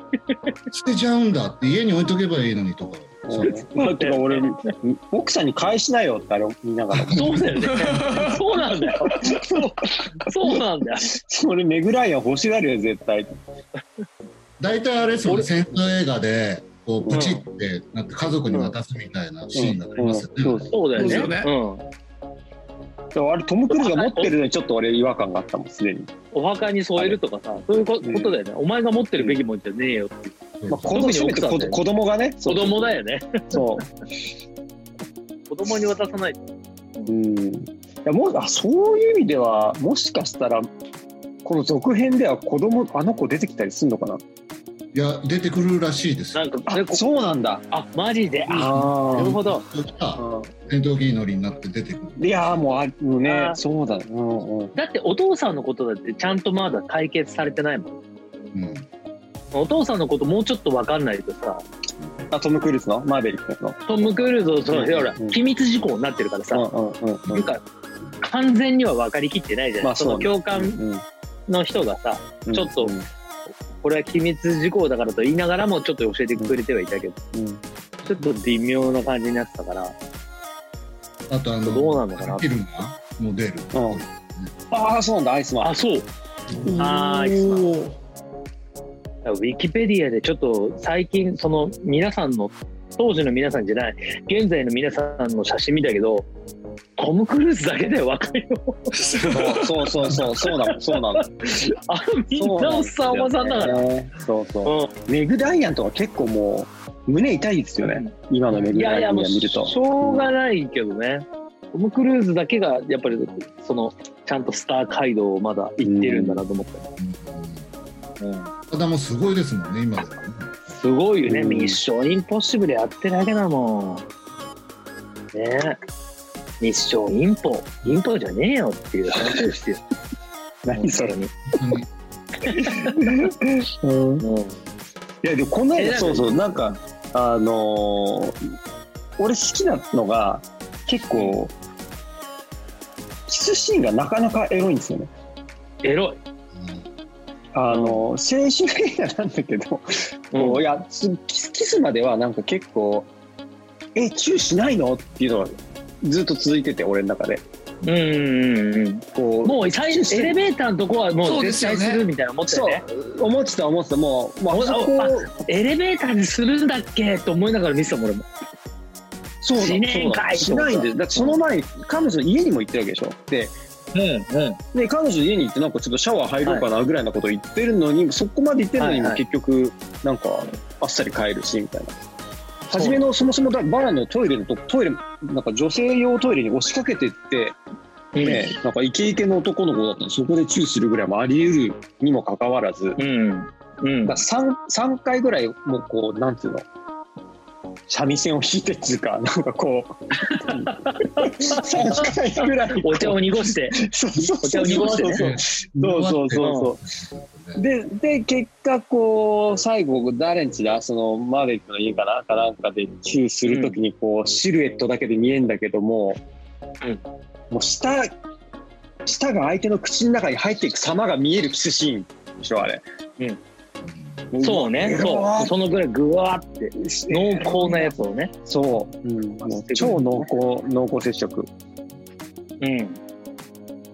Speaker 4: 捨てちゃうんだって家に置いとけばいいのにとかそう
Speaker 5: だって俺奥さんに返しなよってあれ見な
Speaker 6: [LAUGHS]
Speaker 5: がら
Speaker 6: そうだよね。そうなんだよ。そうそうなんだよ。
Speaker 5: それメグライアン欲しがるよ絶対
Speaker 4: 大体あれですよね戦争映画でこうプチってなって家族に渡すみたいなシーンがありますよね、
Speaker 5: うんうんそう
Speaker 6: そうだよね。
Speaker 3: そうだよ
Speaker 6: うん。
Speaker 5: でもあれトム・クルーズが持ってるのにちょっと俺違和感があったもんすでに、
Speaker 6: お墓に添えるとかさ、そういうこ
Speaker 5: うん
Speaker 6: ことだよね。お前が持ってるべきもんじゃねえよ。
Speaker 5: まあ、
Speaker 6: 特
Speaker 5: 子
Speaker 6: に奥
Speaker 5: 供
Speaker 6: さん
Speaker 5: せめて子
Speaker 6: だよね
Speaker 5: 子供がね
Speaker 6: 子供だ
Speaker 5: よ
Speaker 6: よね。
Speaker 5: そう
Speaker 6: 子供に渡さないと。
Speaker 5: うんいやもうあそういう意味ではもしかしたらこの続編では子供あの子出てきたりするのかない
Speaker 4: や出てくるらしいですよ
Speaker 6: なんか、ねこ
Speaker 5: そうなんだ
Speaker 6: あ、マジで。あ、
Speaker 5: あ
Speaker 6: なるほど。
Speaker 4: そしたら
Speaker 5: あ
Speaker 4: 戦闘機乗りになって出てくる
Speaker 5: いやーもうあもう
Speaker 6: あ
Speaker 5: ね
Speaker 6: ー
Speaker 5: そうだうんうん
Speaker 6: だってお父さんのことだってちゃんとまだ解決されてないもん
Speaker 4: うん
Speaker 6: お父さんのこともうちょっと分かんないとさ
Speaker 5: あトム・クルーズのマーベリックの
Speaker 6: トム・クルーズのその
Speaker 5: うん
Speaker 6: ほら
Speaker 5: うん
Speaker 6: 機密事項になってるからさ、
Speaker 5: うんうんうん
Speaker 6: なんか完全には分かりきってないじゃない、
Speaker 5: まあ
Speaker 6: そ
Speaker 5: そう
Speaker 6: の
Speaker 5: ね
Speaker 6: 教
Speaker 5: うん
Speaker 6: 官
Speaker 5: うん
Speaker 6: の人がさ、
Speaker 5: うん
Speaker 6: ちょっとこれは機密事項だからと言いながらもちょっと教えてくれてはいたけど、
Speaker 5: うん
Speaker 6: ちょっと微妙な感じになってたから、
Speaker 4: あとあの
Speaker 6: どうなのかな
Speaker 4: フィルムがもう出る、
Speaker 5: うんああそうなんだアイスマン
Speaker 6: あそうあーいいっすな
Speaker 3: [LAUGHS] おー
Speaker 6: ウィキペディアでちょっと最近その皆さんの当時の皆さんじゃない現在の皆さんの写真見たけどトム・クルーズだけで若いよ
Speaker 5: そうそうそうそうだもんそう
Speaker 6: [LAUGHS]
Speaker 5: なの
Speaker 6: あみんなおっさんおばさんだから。
Speaker 5: そうそう
Speaker 6: うん
Speaker 5: メグダイアンとか結構もう胸痛いですよね、今のメグ
Speaker 6: い
Speaker 5: ダ
Speaker 6: やい
Speaker 5: イア
Speaker 6: や
Speaker 5: ン
Speaker 6: も
Speaker 5: 見
Speaker 6: う
Speaker 5: る
Speaker 6: し
Speaker 5: と。
Speaker 6: ょうがないけどね、トム・クルーズだけがやっぱりそのちゃんとスター街道をまだ行ってるんだなと思った、
Speaker 4: 体もすごいですもんね今ではね
Speaker 6: すごいよね、
Speaker 5: うん
Speaker 6: ミッション・インポッシブルやってるだけだもんねえミッション・インポインポじゃねえよっていう話ですよ
Speaker 5: [LAUGHS] 何それ
Speaker 6: に、
Speaker 4: 本当に
Speaker 5: うん
Speaker 6: うん
Speaker 5: いやでもこの
Speaker 6: えな
Speaker 5: 間
Speaker 6: んか
Speaker 5: そうそうなんかあのー俺好きなのが、結構、キスシーンがなかなかエロいんですよね。
Speaker 6: エロい。
Speaker 5: あの、青春映画なんだけど、こういやつキス、キスまではなんか結構、え、チューしないのっていうのがずっと続いてて、俺の中で。
Speaker 6: うんうんうん。
Speaker 5: こう
Speaker 6: もう最初エレベーターのとこはも
Speaker 3: そううで
Speaker 6: 絶
Speaker 3: すよ
Speaker 6: 対
Speaker 3: ね
Speaker 6: するみたいな思ってたよね
Speaker 5: そう、思ってた思ってた、もう、まあ、
Speaker 6: お
Speaker 5: あそこ
Speaker 6: あエレベーターにするんだっけと思いながら見てたもん俺も
Speaker 5: そう
Speaker 6: しねえんかい
Speaker 5: そうなのしないんです。だってその前に彼女の家にも行ってるわけでしょ。で、
Speaker 6: うんうん
Speaker 5: で彼女の家に行ってなんかちょっとシャワー入ろうかなぐらいなこと言ってるのに、そこまで言ってるのにも
Speaker 6: はい
Speaker 5: 結局、なんか、あっさり帰るし、みたいな。初めのそもそもだバラのトイレのとトイレなんか女性用トイレに押しかけてって、ねなんかイケイケの男の子だったのそこでチューするぐらいもあり得るにもかかわらず、
Speaker 6: うんうん
Speaker 5: だ 3, 三回ぐらいもうこうなんていうの三味線を弾いてっていうかなんかこう
Speaker 6: [LAUGHS]
Speaker 5: 3回ぐらい
Speaker 6: お茶を濁して
Speaker 5: そうそう
Speaker 6: お茶を濁してね
Speaker 5: そうそうそうそうそうでで結果こう最後誰んちだそのマーベリックの家かなかなんかでチューするときにこうシルエットだけで見えんだけども、
Speaker 6: うん
Speaker 5: もう舌舌が相手の口の中に入っていく様が見えるキスシーンでしょあれ
Speaker 6: そうねそうそのぐらいぐわーって濃厚なやつをね
Speaker 5: そう、うん、もう超濃厚濃厚接触
Speaker 6: うん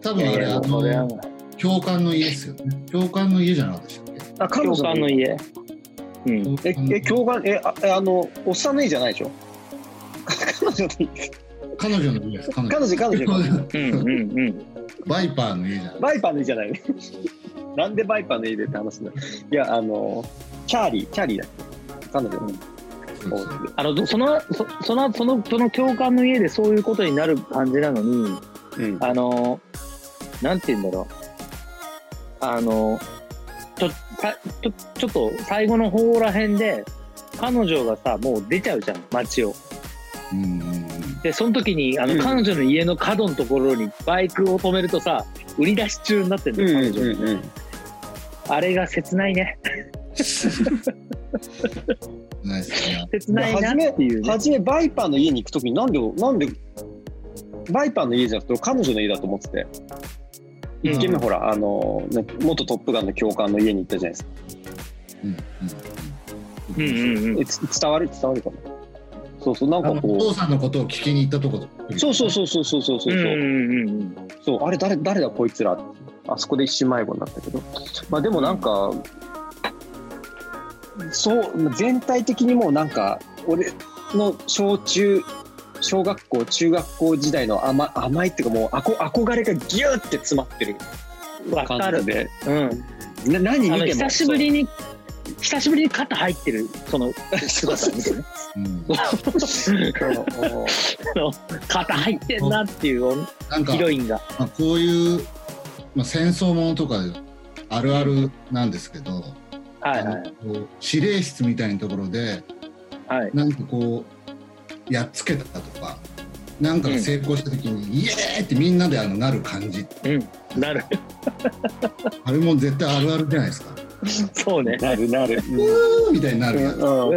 Speaker 4: 多分あれ、あ
Speaker 6: それは
Speaker 4: の、教官の家ですよね。教官の家じゃなかったでしたっけ
Speaker 5: あ彼
Speaker 6: 教
Speaker 5: 女
Speaker 6: 官の家うん
Speaker 5: ええ教官えあえあのおっさんの家じゃないでしょ [LAUGHS] 彼
Speaker 4: 彼女
Speaker 5: 女の家
Speaker 4: の家です。彼女
Speaker 5: 彼女彼女
Speaker 6: うんうんうん
Speaker 4: [LAUGHS] バイパーの家じゃない。
Speaker 5: バイパーの家じゃないねなんでバイパーの家でって話だいやあのチャーリーチャーリーだっけ彼女の
Speaker 4: そうそう
Speaker 6: あのそのそそのそのその教官の家でそういうことになる感じなのに
Speaker 5: うん
Speaker 6: あのなんて言うんだろうあのちょたちょちょっと最後の方らへんで彼女がさもう出ちゃうじゃん街を
Speaker 4: うんうんうん
Speaker 6: でその時にあの、
Speaker 5: うん
Speaker 6: 彼女の家の角のところにバイクを止めるとさ売り出し中になってんだ
Speaker 5: うん
Speaker 6: よ
Speaker 5: う
Speaker 6: 彼
Speaker 5: ん
Speaker 6: 女、
Speaker 5: うんうん
Speaker 6: あれが切ないね
Speaker 4: ないっすね
Speaker 6: 切ないなっていう、ね、
Speaker 5: 初めバイパーの家に行くときになんでなんでバイパーの家じゃなくて彼女の家だと思ってて
Speaker 4: うん
Speaker 5: 一軒目ほらあのね元トップガンの教官の家に行ったじゃないですか
Speaker 4: うんうん
Speaker 6: うんうんうん
Speaker 5: えつ伝わる伝わるかなそうそうなん
Speaker 4: あ
Speaker 5: か
Speaker 4: のお
Speaker 5: こ
Speaker 4: 父さんのことを聞きに行ったとこ
Speaker 5: う
Speaker 4: ろ
Speaker 5: そうそうそうそうそうそうそううん
Speaker 6: うんうん
Speaker 5: そうあれ誰誰だこいつらあそこで一瞬迷子になったけどまあでもなんか、そう全体的にもうなんか俺の小中小学校中学校時代の甘甘いっていうかもうあこ憧れがギューって詰まってる
Speaker 6: うんわか
Speaker 5: 感
Speaker 6: る
Speaker 5: じで
Speaker 6: うん
Speaker 5: な何
Speaker 6: あの
Speaker 5: 見ても
Speaker 6: 久しぶりに久しぶりに肩入ってるその姿見てね
Speaker 4: うん
Speaker 5: [LAUGHS] そう
Speaker 6: 肩入ってんなっていう
Speaker 4: なんか
Speaker 6: ヒロインが
Speaker 4: まあ、こういう、まあ、戦争ものとかあるあるなんですけど、
Speaker 6: はいはい
Speaker 4: あのこう指令室みたいなところで、
Speaker 6: はい
Speaker 4: なんかこうやっつけたとかなんかが成功した時に、イエーイってみんなであのなる感じ
Speaker 6: なる
Speaker 4: あれも絶対あるあるじゃないですか。
Speaker 6: そうね
Speaker 5: なるなる、
Speaker 4: うーみたいにな
Speaker 5: う
Speaker 4: るやつ、
Speaker 5: んうん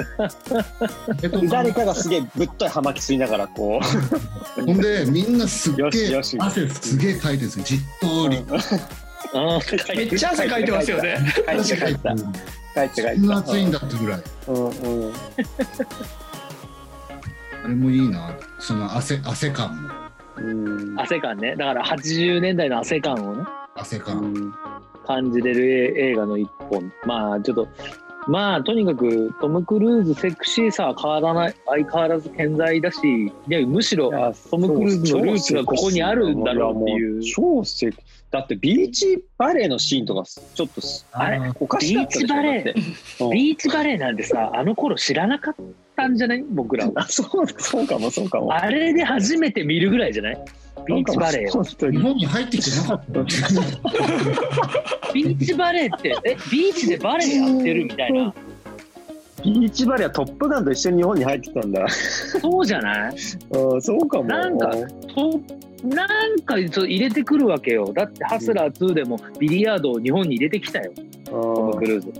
Speaker 4: えっと
Speaker 5: 誰かがすげえぶっとい葉巻吸いながらこ [LAUGHS] う
Speaker 4: ほんでみんなすっ
Speaker 5: よ
Speaker 4: げ
Speaker 5: し
Speaker 4: え
Speaker 5: よし
Speaker 4: 汗すげえかいてるんですよじっとり。
Speaker 6: あ
Speaker 3: めっちゃ汗かいてますよね。
Speaker 5: 帰って帰った
Speaker 4: うん
Speaker 5: 帰って帰
Speaker 4: そ
Speaker 5: っ
Speaker 4: んな
Speaker 5: た
Speaker 4: 暑いんだってぐらい。
Speaker 5: うんうん
Speaker 4: あれもいいなその汗汗感も
Speaker 5: うん
Speaker 6: 汗感ねだから80年代の汗感をね
Speaker 4: 汗
Speaker 5: う
Speaker 4: 感。
Speaker 5: ん
Speaker 6: 感じれる映映画の一本まあちょっとまあとにかくトム・クルーズセクシーさは変わらない相変わらず健在だしいやむしろ
Speaker 5: いや
Speaker 6: トム・クルーズのルーツがここにあるんだろうっていう
Speaker 5: 超セクだってビーチバレーのシーンとかちょっとす
Speaker 6: あれ
Speaker 4: ー
Speaker 5: おかしかった
Speaker 6: ビー
Speaker 5: でしょ
Speaker 6: チバレー
Speaker 5: だってうん
Speaker 6: ビーチバレーなんてさあの頃知らなかったんじゃない僕らは
Speaker 5: あ [LAUGHS] そうそうかもそうかも
Speaker 6: あれで初めて見るぐらいじゃないビーチバレーを
Speaker 5: 本当
Speaker 4: 日
Speaker 5: に
Speaker 4: 本に入ってきてな
Speaker 6: [LAUGHS]
Speaker 4: かったよね
Speaker 6: ビーチバレーって、え、ビーチでバレーやってるみたいな。
Speaker 5: ビーチバレーはトップガンと一緒に日本に入ってきたんだ
Speaker 6: そうじゃない
Speaker 5: うんそうかも
Speaker 6: なんかとなんかそう入れてくるわけよ。だってハスラー2でもビリヤードを日本に入れてきたよ、トム・
Speaker 5: う
Speaker 6: クルーズ。
Speaker 5: ん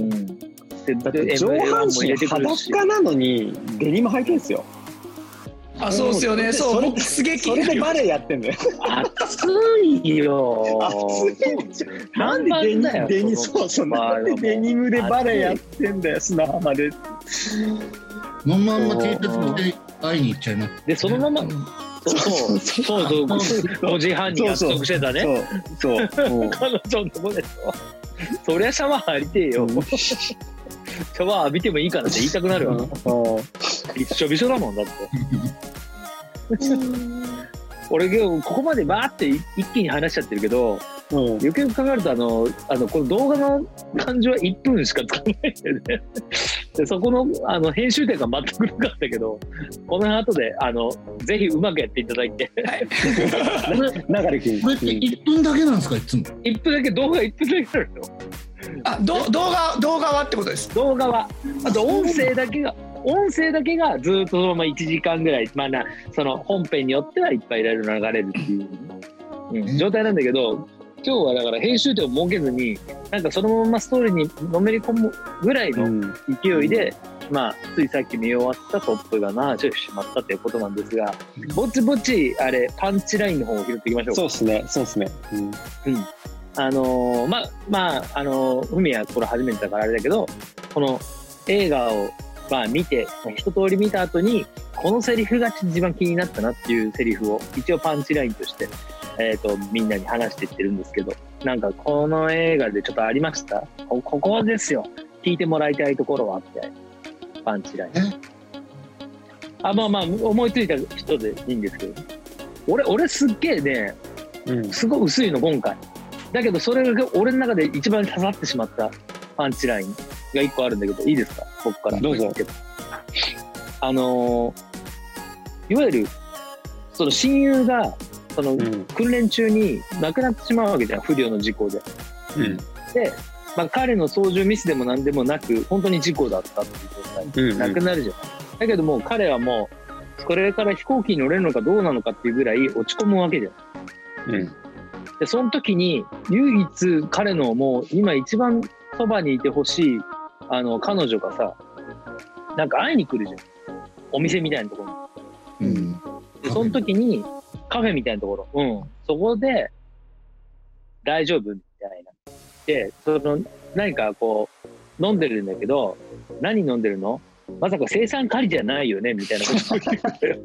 Speaker 6: うん。で
Speaker 5: だって上半身裸
Speaker 6: し
Speaker 5: なのにデニム履いてるんですよ
Speaker 3: あ、そうっすよね。そう、僕すげえ気に
Speaker 5: それ
Speaker 3: な
Speaker 5: で
Speaker 3: りま
Speaker 5: バレエやってんだよ。
Speaker 6: 暑いよ。
Speaker 5: 暑いんじゃなんでデニ
Speaker 6: だよ。
Speaker 5: デニそうそうなんでデニムでバレエやってんだよ砂浜で
Speaker 4: のまんま T シャツ着て会いに行っちゃいます。
Speaker 6: で、そのまま、そう、そうそう、5時半に約束してたね。
Speaker 5: そうそう
Speaker 6: 彼女のとこでそりゃシャワー浴びてえよ。シャワー浴びてもいいかなって言いたくなるわ。びっしょびしょだもんだって。俺今日ここまでバーって一気に話しちゃってるけど、
Speaker 5: うん
Speaker 6: 余計考えるとあの、あの、この動画の感じは1分しか使わないんだよね。でそこのあの編集点が全くなかったけど、この後で、あの、ぜひうまくやっていただいて、
Speaker 5: 流れ君
Speaker 4: これって1分だけなんですか、いつも。
Speaker 6: 1分だけ動画1分だけなのよ。
Speaker 3: す。あ、ど動画動画はってこと [LAUGHS] です。
Speaker 6: 動画はあと音声だけが音声だけがずっとそのまま1時間ぐらいまあなその本編によってはいっぱいいろいろ流れるっていう、うん、状態なんだけど今日はだから編集点を設けずになんかそのままストーリーにのめり込むぐらいの
Speaker 5: うん
Speaker 6: 勢いで、まあついさっき見終わったトップがなちょいしまったということなんですがぼちぼちあれパンチラインの方を拾っていきましょうか
Speaker 5: そうっすねそうっすねうん
Speaker 6: あのーまあまああのー、海はこれ初めてだからあれだけどこの映画をまあ見て一通り見た後にこのセリフが一番気になったなっていうセリフを一応パンチラインとして、えー、とみんなに話していってるんですけどなんかこの映画でちょっとありましたこここですよ聞いてもらいたいところはあってパンチライン
Speaker 4: え
Speaker 6: あまあまあ思いついた人でいいんですけど俺俺すっげえね
Speaker 5: うん
Speaker 6: すごい薄いの今回だけどそれが俺の中で一番刺さってしまったパンチラインが一個あるんだけどいいですか僕から
Speaker 5: どうぞ
Speaker 6: あのーいわゆるその親友がその
Speaker 5: うん
Speaker 6: 訓練中に亡くなってしまうわけじゃん不良の事故で、
Speaker 5: うん
Speaker 6: で、まあ、彼の操縦ミスでも何でもなく本当に事故だったっていう状態
Speaker 5: うん
Speaker 6: なくなるじゃん。だけどもう彼はもう、これから飛行機に乗れるのかどうなのかっていうぐらい落ち込むわけじゃん。
Speaker 5: うん
Speaker 6: で、その時に唯一彼のもう今一番そばにいてほしい、あの、彼女がさ、なんか会いに来るじゃん。お店みたいなところに。
Speaker 4: うん。
Speaker 6: でその時にカフェみたいなところ、うん、そこで大丈夫みたいな。で、その何かこう飲んでるんだけど、何飲んでるのまさか生産狩りじゃないよねみたいなこと言ってくる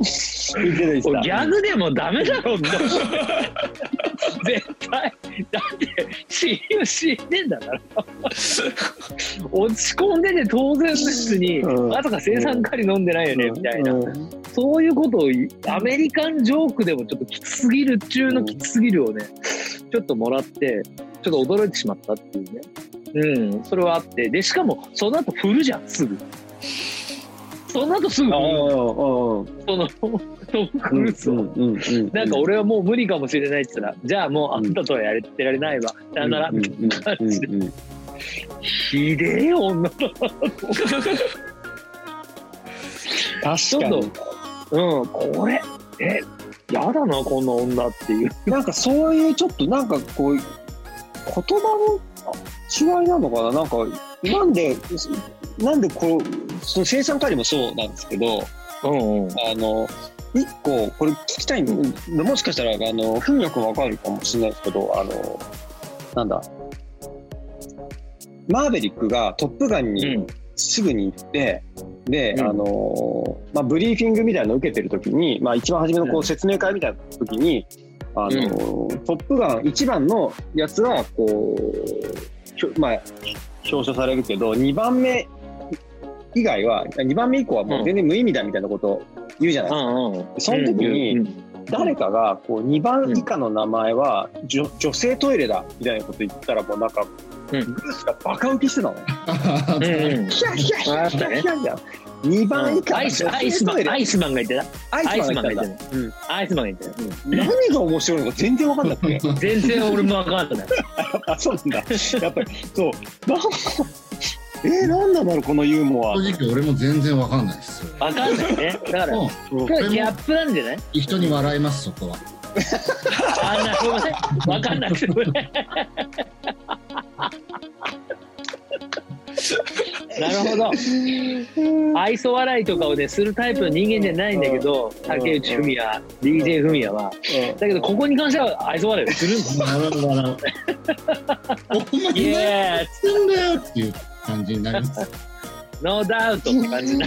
Speaker 5: いけないです
Speaker 6: お
Speaker 5: か
Speaker 6: いギャグでもダメだろ、みたいな絶対。だって、親友死んでんだから。落ち込んでて当然別に、
Speaker 5: うん
Speaker 6: まさか生産狩り飲んでないよね、みたいな。そういうことをいアメリカンジョークでもちょっときつすぎる中のきつすぎるをね、ちょっともらって、ちょっと驚いてしまったっていうね。うん、それはあって。で、しかも、その後振るじゃん、すぐ。その後すぐ振
Speaker 5: ああああああ
Speaker 6: る。その、トム・クルーズを。
Speaker 5: うんうん
Speaker 6: なんか俺はもう無理かもしれないって言ったら、じゃあもうあんたとはやれてられないわ。さよなら。
Speaker 5: うんうんうんうん
Speaker 6: ひでえ女だ。
Speaker 5: 確かに
Speaker 6: うん、これ、え、やだな、こんな女っていう。
Speaker 5: [LAUGHS] なんかそういうちょっとなんかこう言葉の違いなのかななんかなんでなんでこうその生産管理もそうなんですけど
Speaker 6: うん、うん。
Speaker 5: あの一個これ聞きたいんでもしかしたらあの文也君わかるかもしれないですけどあのなんだマーベリックが「トップガン」に
Speaker 6: うん
Speaker 5: すぐに行って、で、
Speaker 6: うん
Speaker 5: あのーまあ、ブリーフィングみたいなのを受けてる時に、まあ、一番初めのこ
Speaker 6: うん
Speaker 5: う説明会みたいな時に、あのートップガン1番のやつは、こう、ひょまあ、表彰されるけど、2番目以外は、2番目以降はもう全然無意味だみたいなことを言うじゃないですか。
Speaker 6: うん、うん。
Speaker 5: その時に、
Speaker 6: うん
Speaker 5: 誰かがこう2番以下の名前は女,、女性トイレだみたいなこと言ったらもうなんか、
Speaker 6: うん
Speaker 5: ブルースがバカウケしてたの
Speaker 6: うんうんうん
Speaker 5: ヒャヒャヒャヒャヒャみたいな。2番以下
Speaker 6: アイス、アイスマン、アイスマンがいてた。アイスマンがいてた。うんアイスマンがいてた。
Speaker 5: 何が面白いのか全然分かんなくて。
Speaker 6: 全然俺も分かんない。
Speaker 5: [LAUGHS] あ、そうなんだ。やっぱり、そう。なんかえー、なんなんだろう、このユーモア。
Speaker 4: 正直俺も全然わかんないです。それ
Speaker 6: 分かんないね。だから、
Speaker 4: も
Speaker 6: こ
Speaker 4: う
Speaker 6: れギャップなんじゃない
Speaker 4: 人に笑います、そこは。
Speaker 6: あんなるほどね。分かんなくてもね。なるほど。愛想笑いとかをね、するタイプの人間じゃないんだけど、竹内文也、DJ 文也は。だけど、ここに関しては愛想笑いをするんです。
Speaker 4: 笑う笑う。お前
Speaker 6: イ
Speaker 4: 何や
Speaker 6: エーイ
Speaker 4: ってんだよっていう感じにな
Speaker 6: [LAUGHS]
Speaker 4: ります。
Speaker 6: ノーダウトって感じな。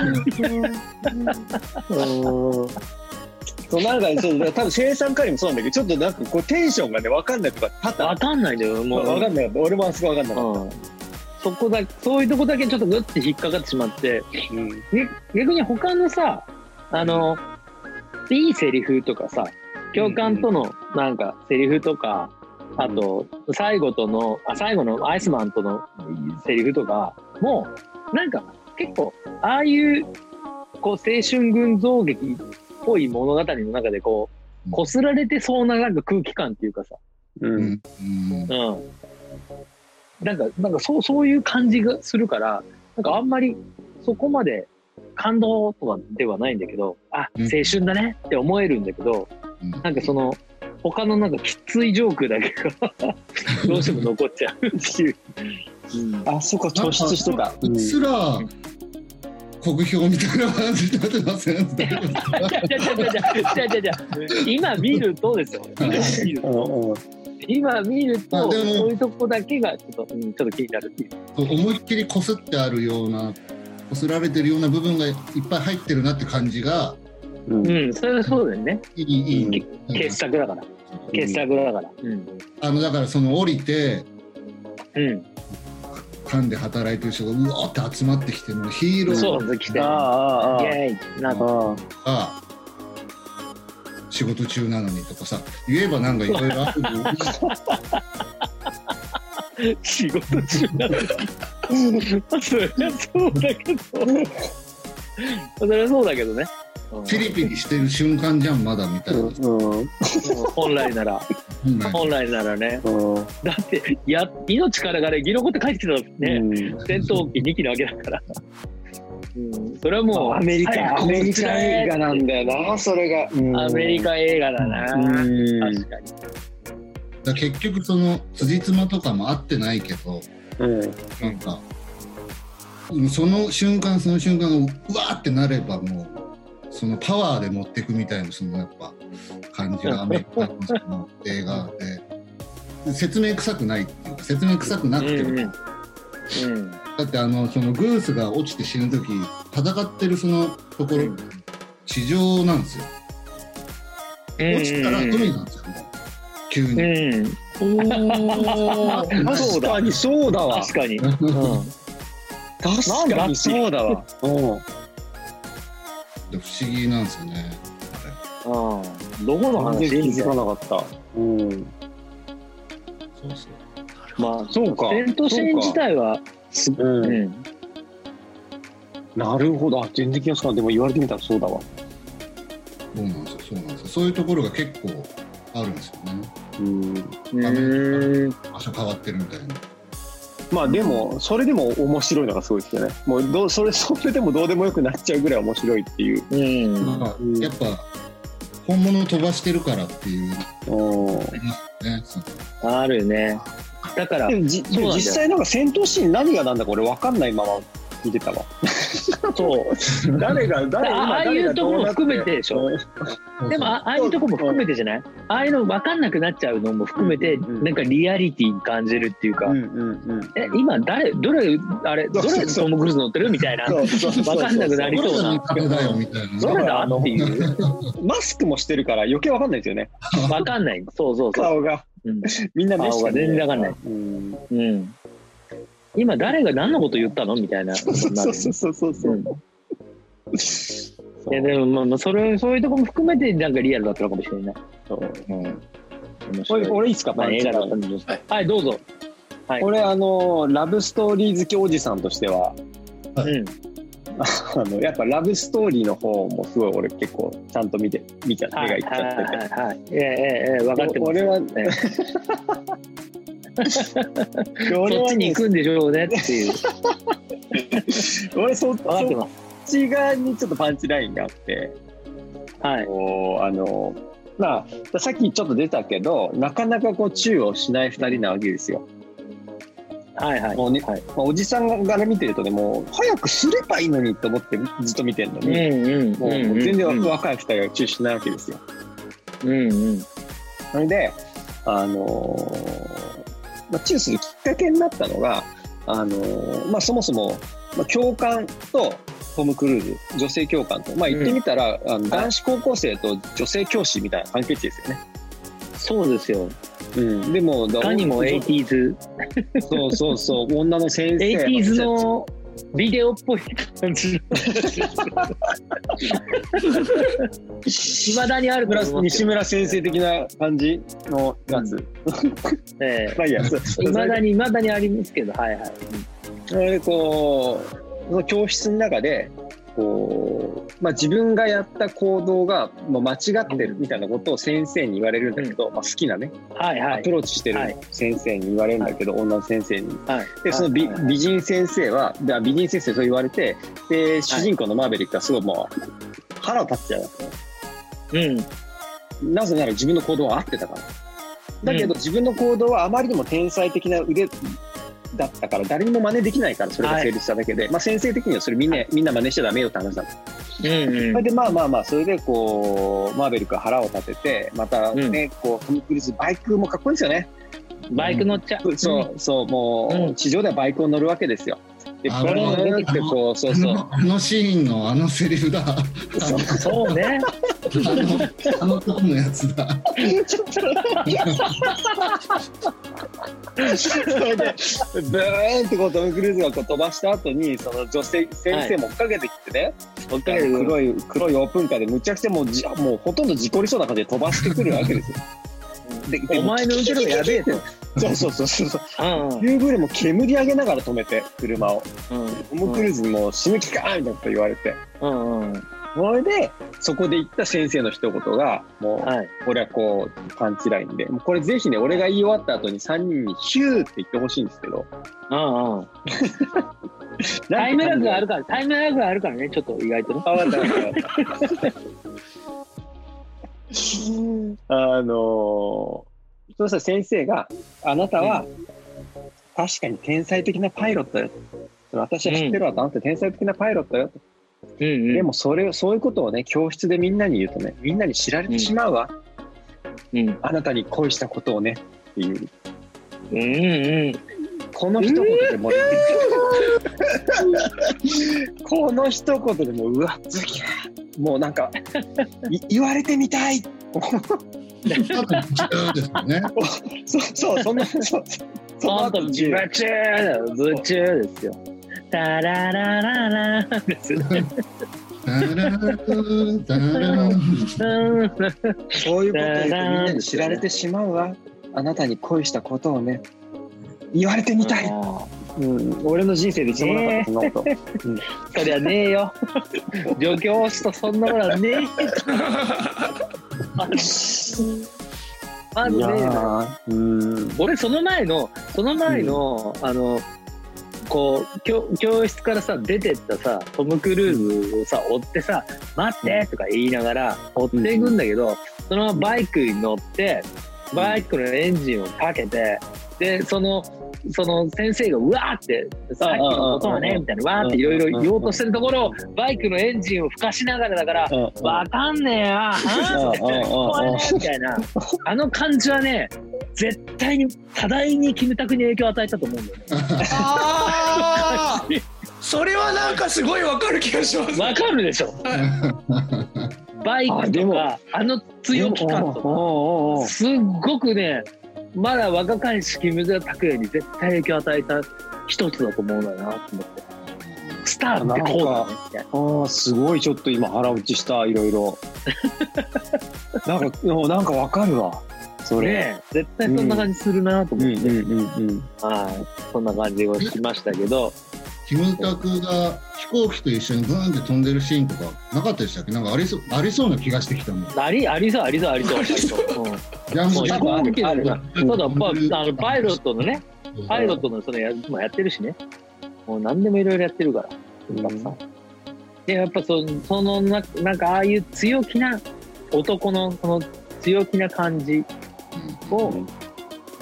Speaker 5: そうなんかそう多分生産管理もそうなんだけどちょっとなんかこうテンションがね分かんないとか多々
Speaker 6: わかんないんだよ、もう。
Speaker 5: 分かんなかった俺もあそこ分かんなかっ
Speaker 6: うんそこだそういうとこだけちょっとグッて引っかかってしまって、ね逆に他のさあのいいセリフとかさ共感とのなんかセリフとか、あと最後とのあ最後のアイスマンとのセリフとかもうなんか結構ああいうこう青春群像劇っぽい物語の中でこうこすられてそうななんか空気感っていうかさ
Speaker 5: た、
Speaker 4: う
Speaker 5: う
Speaker 4: ん
Speaker 5: ん
Speaker 4: うん
Speaker 6: うん、なんかなんかそうそういう感じがするからなんかあんまりそこまで感動とかではないんだけどあ
Speaker 4: うん
Speaker 6: 青春だねって思えるんだけど、
Speaker 4: うん
Speaker 6: なんかその他のなんかきついジョークだけが [LAUGHS] どうしても残っちゃうっていう。
Speaker 5: あそこ突出し
Speaker 6: [LAUGHS]
Speaker 5: てた、
Speaker 4: うっすら国評みたいな感じになってません。
Speaker 6: じゃじゃじゃじゃじゃじゃじゃ今見るとですよ。今見ると
Speaker 5: うん
Speaker 6: 今見る
Speaker 4: まあ
Speaker 5: うん
Speaker 6: と
Speaker 4: でも
Speaker 6: そういうとこだけがちょっと、うん、ちょっと気になるっていう。
Speaker 4: 思いっきりこすってあるような、こすられてるような部分がいっぱい入ってるなって感じが、
Speaker 6: うん、それはそうだよね。
Speaker 4: いい、いい。
Speaker 6: 傑作だから。傑作だから。うん。
Speaker 4: あの、だからその降りて、
Speaker 6: うん。
Speaker 4: 缶で働いてる人がうわーって集まってきてもうヒーロ
Speaker 6: そ
Speaker 4: ー
Speaker 6: う、来て。
Speaker 5: あ
Speaker 6: イ
Speaker 5: ああああ
Speaker 6: ェーイなんか
Speaker 5: あ
Speaker 4: が仕事中なのにとかさ言えばなんかいろいろあるのに
Speaker 6: 仕事中なのに。そりゃそうだけど。そりゃそうだけどね。うん
Speaker 4: ピリピリしてる瞬間じゃんまだみたいな、
Speaker 5: うんうん
Speaker 6: 本来なら、
Speaker 4: 本来
Speaker 6: 本来ならね。
Speaker 5: うん
Speaker 6: だって、や、命からがね、ギロコって帰ってきたのね。
Speaker 5: うん
Speaker 6: 戦闘機2機なわけだから。うん、それはもう、
Speaker 5: アメリ
Speaker 6: 最
Speaker 5: カ
Speaker 6: 後
Speaker 5: アメリカ映画なんだよなそれが、
Speaker 6: アメリカ映画だ
Speaker 5: う
Speaker 6: な。確か
Speaker 5: ん
Speaker 6: に。
Speaker 4: だから結局その辻褄とかも合ってないけど
Speaker 5: うん
Speaker 4: なんかうんその瞬間その瞬間がうわーってなればもうそのパワーで持ってくみたいなそのやっぱ感じがアメリカのその映画で説明臭くないっていうか説明臭くなくても
Speaker 6: うんうんうん。
Speaker 4: だってあのそのグースが落ちて死ぬ時戦ってるそのところ、地上なんですよ落ちたら海なんですよ、もう急に、
Speaker 6: うん。
Speaker 5: あ
Speaker 4: [LAUGHS]
Speaker 5: 確かにそうだわ
Speaker 6: 確かに。
Speaker 5: 確かにそうだわうん
Speaker 4: で不思議なんですよね
Speaker 6: うんどこの
Speaker 5: 全然気
Speaker 6: 話
Speaker 5: づかなかったうん
Speaker 4: そうそう
Speaker 6: まあ、
Speaker 5: そうか
Speaker 6: 戦闘シーン自体は、す
Speaker 5: う
Speaker 6: うんん、
Speaker 5: なるほどあ全然気がつかないでも言われてみたらそうだわ
Speaker 4: そうなんですよそうなんですよそういうところが結構あるんですよね
Speaker 5: うん
Speaker 6: うん、
Speaker 4: 場所変わってるみたいな
Speaker 5: まあでもそれでも面白いのがすごいですよねもうどうそれ [LAUGHS] それでもどうでもよくなっちゃうぐらい面白いっていう
Speaker 6: うん、
Speaker 4: なんか
Speaker 5: うん
Speaker 4: やっぱ本物飛ばしてるからっていう
Speaker 5: うん
Speaker 4: ねその
Speaker 6: あるね。だから
Speaker 5: で、もじ
Speaker 6: だよ
Speaker 5: 実際なんか戦闘シーン何がなんだか俺分かんないまま見てたわ
Speaker 6: [LAUGHS] そう。
Speaker 5: [LAUGHS] 誰が
Speaker 6: あ
Speaker 5: 誰
Speaker 6: ああいうとこも含めてでしょ。でも、あああいうとこも含めてじゃないああいうの分かんなくなっちゃうのも含めて、
Speaker 5: うん
Speaker 6: なんかリアリティに感じるっていうか、
Speaker 5: うんうんうん
Speaker 6: え、今誰、どれ、あれ、ど
Speaker 5: そうそう
Speaker 6: れトム・クルーズ乗ってるみたいな。
Speaker 5: そうそうそうそう
Speaker 6: 分かんなくなり
Speaker 4: これ
Speaker 6: そう
Speaker 4: が
Speaker 6: な。
Speaker 4: 壁だよみたいな
Speaker 6: どれだっていう。
Speaker 5: マスクもしてるから余計分かんないですよね
Speaker 6: 分かんない。そうそうそう。
Speaker 5: 顔が
Speaker 6: うん
Speaker 5: みんな目しか見え
Speaker 6: 顔が全然わかんない
Speaker 5: うん
Speaker 6: うん、今誰が何のこと言ったのみたいな
Speaker 5: そう
Speaker 6: ことになる
Speaker 5: そう
Speaker 6: よね
Speaker 5: そうそうそうそううんそう
Speaker 6: いやでもまあまあそれそういうとこも含めてなんかリアルだったのかもしれない。
Speaker 5: そう
Speaker 6: 面白
Speaker 5: 俺
Speaker 6: い
Speaker 5: 俺いいっすか
Speaker 6: まあ映画だったんですけどはいどうぞ。はい。
Speaker 5: 俺あのラブストーリー好きおじさんとしては [LAUGHS]
Speaker 6: うん
Speaker 5: あのやっぱラブストーリーの方もすごい俺結構ちゃんと見て見ちゃって
Speaker 6: は
Speaker 5: 目
Speaker 6: い
Speaker 5: が
Speaker 6: はい
Speaker 5: っちゃってて。
Speaker 6: いはい。ええええええ分かってます。
Speaker 5: 俺は、
Speaker 6: ね
Speaker 5: 俺
Speaker 6: そっ
Speaker 5: は
Speaker 6: ちに
Speaker 5: ね
Speaker 6: 行、くんでしょうねっていう。
Speaker 5: 俺そ
Speaker 6: 分かって
Speaker 5: そっ
Speaker 6: ます。
Speaker 5: ち側にちょっとパンチラインがあって、
Speaker 6: はい。
Speaker 5: こうあのまあさっきちょっと出たけどなかなかこうチューをしない2人なわけですよ。
Speaker 6: はいはい。
Speaker 5: もうね
Speaker 6: はい
Speaker 5: まあ、おじさんが見てるとね、もう早くすればいいのにと思ってずっと見てるの
Speaker 6: うん
Speaker 5: に、
Speaker 6: うん。
Speaker 5: もう
Speaker 6: うんうん
Speaker 5: 全然若い二人が中心なわけですよ。
Speaker 6: うんうん。
Speaker 5: それで、あのーまあ、チューするきっかけになったのが、あのーまあ、そもそも、まあ、教官とトム・クルーズ、女性教官と、まあ、言ってみたら、あの男子高校生と女性教師みたいな関係値ですよね。
Speaker 6: そうですよ。
Speaker 5: うん、でも、
Speaker 6: いかにも 80s。
Speaker 5: そうそうそう、女の先生。
Speaker 6: 80s のビデオっぽい感
Speaker 5: [LAUGHS]
Speaker 6: じ。いまだにあるから
Speaker 5: 西村先生的な感じのやつ。
Speaker 6: え
Speaker 5: まあいいや、
Speaker 6: え [LAUGHS] いまだ
Speaker 5: に。
Speaker 6: にいまだにありますけど、はいはい。
Speaker 5: それでこう、その教室の中で、こう、まあ自分がやった行動が、まあ、間違ってるみたいなことを先生に言われるんだけど、まあ好きなね、
Speaker 6: はいは
Speaker 5: ア
Speaker 6: い
Speaker 5: プ。ローチして
Speaker 6: はい
Speaker 5: る先生に言われるんだけど、女の先生に。
Speaker 6: はい、
Speaker 5: で、その美,、
Speaker 6: はい
Speaker 5: 美人先生は、で美人先生そう言われて、で、主人公のマーベリックがすごいもう、腹立っちゃうわけ。
Speaker 6: うん、
Speaker 5: なぜなら自分の行動は合ってたから。だけど自分の行動はあまりにも天才的な腕だったから、誰にも真似できないから、それが成立しただけで、まあ先生的にはそれみんな、みんな真似しちゃダメよって話だった。
Speaker 6: うん、
Speaker 5: そうれ
Speaker 6: ん。
Speaker 5: でまあまあまあ、それでこう、マーベルが腹を立てて、またね、こう、トム・クルーズ、バイクもかっこいいですよね。
Speaker 6: バイク乗っちゃう。
Speaker 5: そう、そう、もう、
Speaker 6: うん
Speaker 5: 地上ではバイクを乗るわけですよ。で、
Speaker 4: あ
Speaker 5: これを乗るってこう、そう
Speaker 4: あ
Speaker 5: そう。
Speaker 4: のあのシーンのあのセリフだあ
Speaker 6: うん。そうね。
Speaker 4: のあの時のやつだ
Speaker 5: [LAUGHS] それでブーンってこうトム・クルーズがこう飛ばした後にその女性先生も追っかけてきてね、
Speaker 6: 追っか
Speaker 5: あ
Speaker 6: けて
Speaker 5: の
Speaker 6: くる。
Speaker 5: 黒い黒いオープンカーでむちゃくちゃもうじもうほとんど事故りそうな感じで飛ばしてくるわけですよ。でで
Speaker 6: お前の後ろがやべえと。
Speaker 5: そうそうそうそうそう
Speaker 6: うん、
Speaker 5: 夕暮れも煙上げながら止めて車を
Speaker 6: うん、
Speaker 5: トム・クルーズにもう死ぬ気かみたいなこと言われて
Speaker 6: うん、うん。
Speaker 5: それでそこで言った先生の一言がもう
Speaker 6: はい。
Speaker 5: 俺はこうパンチラインでもうこれぜひね俺が言い終わった後に3人にヒューって言ってほしいんですけど
Speaker 6: うん、うん。タイムラグがあるから、タイムラグがあるからね、ちょっと意外とね。
Speaker 5: あ、わかったわかった。あのー、そうしたら先生が、あなたは、確かに天才的なパイロットよ。私は知ってるわと、あなた天才的なパイロットよ。
Speaker 6: うん、
Speaker 5: で
Speaker 6: うん。
Speaker 5: もそれを、そういうことをね、教室でみんなに言うとね、みんなに知られてしまうわ。
Speaker 6: うん、
Speaker 5: あなたに恋したことをね、っていう。
Speaker 6: うん、うん。
Speaker 5: この一言でもう、この一言でもう、うわ、ズキャーもうなんか、い言われてみたい
Speaker 4: 多分10ですよね
Speaker 5: そう、そう、そんな、そう、その
Speaker 6: ほんと、
Speaker 5: 後
Speaker 6: ブチ
Speaker 5: 十
Speaker 6: ューだよ、ブチューですよ。タララララーですよ。
Speaker 4: ダラーンダラーン
Speaker 6: うん、
Speaker 5: そういうことを言うとみんなに知られてしまうわ。あなたに恋したことをね、言われてみたい。うん、俺の人生で一度もなかった、そんなこと。
Speaker 6: そりゃねえ
Speaker 5: [LAUGHS]
Speaker 6: よ。助教師とそんなものはねえ。まず
Speaker 5: い
Speaker 6: ね
Speaker 5: や
Speaker 6: えよ。
Speaker 5: ーうん。
Speaker 6: 俺その前のその前の、あのこう教教室からさ出てったさトム・クルーズをさ追ってさ「待って!」とか言いながら追っていくんだけど、そのままバイクに乗ってバイクのエンジンをかけてでそのその先生がうわーってさっきのことは
Speaker 5: うんうんう
Speaker 6: ね
Speaker 5: んうん
Speaker 6: みたいなわーっていろいろ言おうとしてるところをバイクのエンジンをふかしながらだから
Speaker 5: うん
Speaker 6: 「わかんねえ
Speaker 5: [LAUGHS]
Speaker 6: よ!あー」
Speaker 5: うんうんうんうん
Speaker 6: みたいなあの感じはね絶対に多大にキムタクに影響を与えたと思うんだよね。
Speaker 3: ああ。それはなんかすごいわかる気がします。
Speaker 6: わかるでしょバイ
Speaker 5: あ
Speaker 6: ク
Speaker 5: で
Speaker 6: と
Speaker 5: も
Speaker 6: かあの強気感とか
Speaker 5: おうおうおうおう
Speaker 6: すっごくねまだ若かりし木村拓哉に絶対影響を与えた一つだと思うんだなと思ってスターってこうだねみたいな
Speaker 5: ああ、すごい、ちょっと今腹落ちした、いろいろ。なんか、おなんかわかるわ。それ。
Speaker 6: ねえ絶対そんな感じするなと
Speaker 5: うん
Speaker 6: 思
Speaker 5: う
Speaker 6: っ
Speaker 5: ん
Speaker 6: て、
Speaker 5: うんうん。
Speaker 6: はいそんな感じをしましたけど
Speaker 4: キムタクが飛行機と一緒にブーンって飛んでるシーンとかなかったでしたっけなんかありそうありそうな気がしてきたもん
Speaker 6: ありありそうありそうありそうありそう、うん
Speaker 4: ジャン
Speaker 6: も
Speaker 4: ボ
Speaker 6: う
Speaker 4: ジ
Speaker 6: 飛
Speaker 4: ャンボ
Speaker 6: 行機の
Speaker 5: ある
Speaker 6: さそうだ、パあのパイロットのね、パイロッ
Speaker 4: ト
Speaker 6: トのそのやもうやってるしね、もう何でもいろいろやってるから、たくさん。で、やっぱそのそのな、なんかああいう強気な男の、その強気な感じを、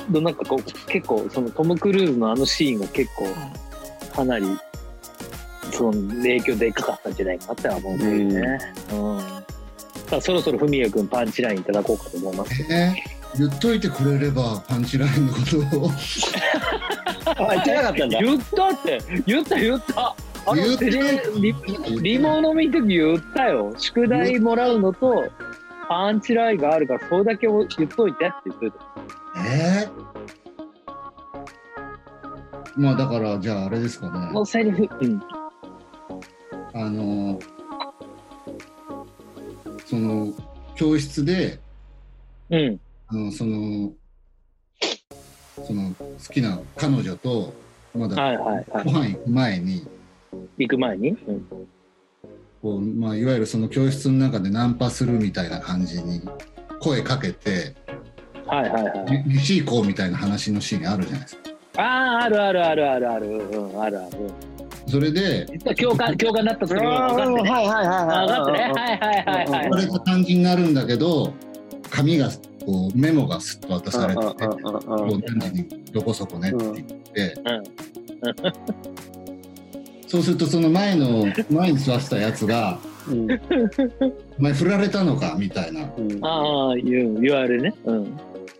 Speaker 6: どなんかこう結構そのトム・クルーズのあのシーンが結構かなりその影響でかかったんじゃないかなって思うんだよね。うんさあそろそろ文也君パンチラインいただこうかと思います。
Speaker 4: えー言っといてくれればパンチラインのことを
Speaker 5: あ、言ってなかったんだ。
Speaker 6: 言ったって言った言ったあ
Speaker 4: 言
Speaker 6: の
Speaker 4: って
Speaker 6: テレリリモの見の時言ったよ宿題もらうのとパンチラインがあるからそれだけを言っといてって言っといて
Speaker 4: えーまあだからじゃああれですかね
Speaker 6: このセリフうん
Speaker 4: あのその教室で
Speaker 6: うん
Speaker 4: あのそのその好きな彼女とまだ
Speaker 6: はいはいは
Speaker 4: ご飯行く前に
Speaker 6: い行く前にうん
Speaker 4: こう、まあ、いわゆるその教室の中でナンパするみたいな感じに声かけて
Speaker 6: はいはいはい
Speaker 4: 「飯行こう」みたいな話のシーンあるじゃないですか。
Speaker 6: あああるあるあるあるあるうんあるある
Speaker 4: それで
Speaker 6: 実は共感共感だったそれは分かってね
Speaker 5: はいはいはい
Speaker 6: あ分かってね
Speaker 5: は
Speaker 6: は
Speaker 5: い。
Speaker 6: いはいはいはい
Speaker 4: これが感じになるんだけど紙がこうメモがすっと渡されて「こう何時にどこそこね」って言って
Speaker 6: うん
Speaker 4: そうするとその前の前に座ってたやつが「お前振られたのか」みたいな
Speaker 6: ああ言う言われるねうん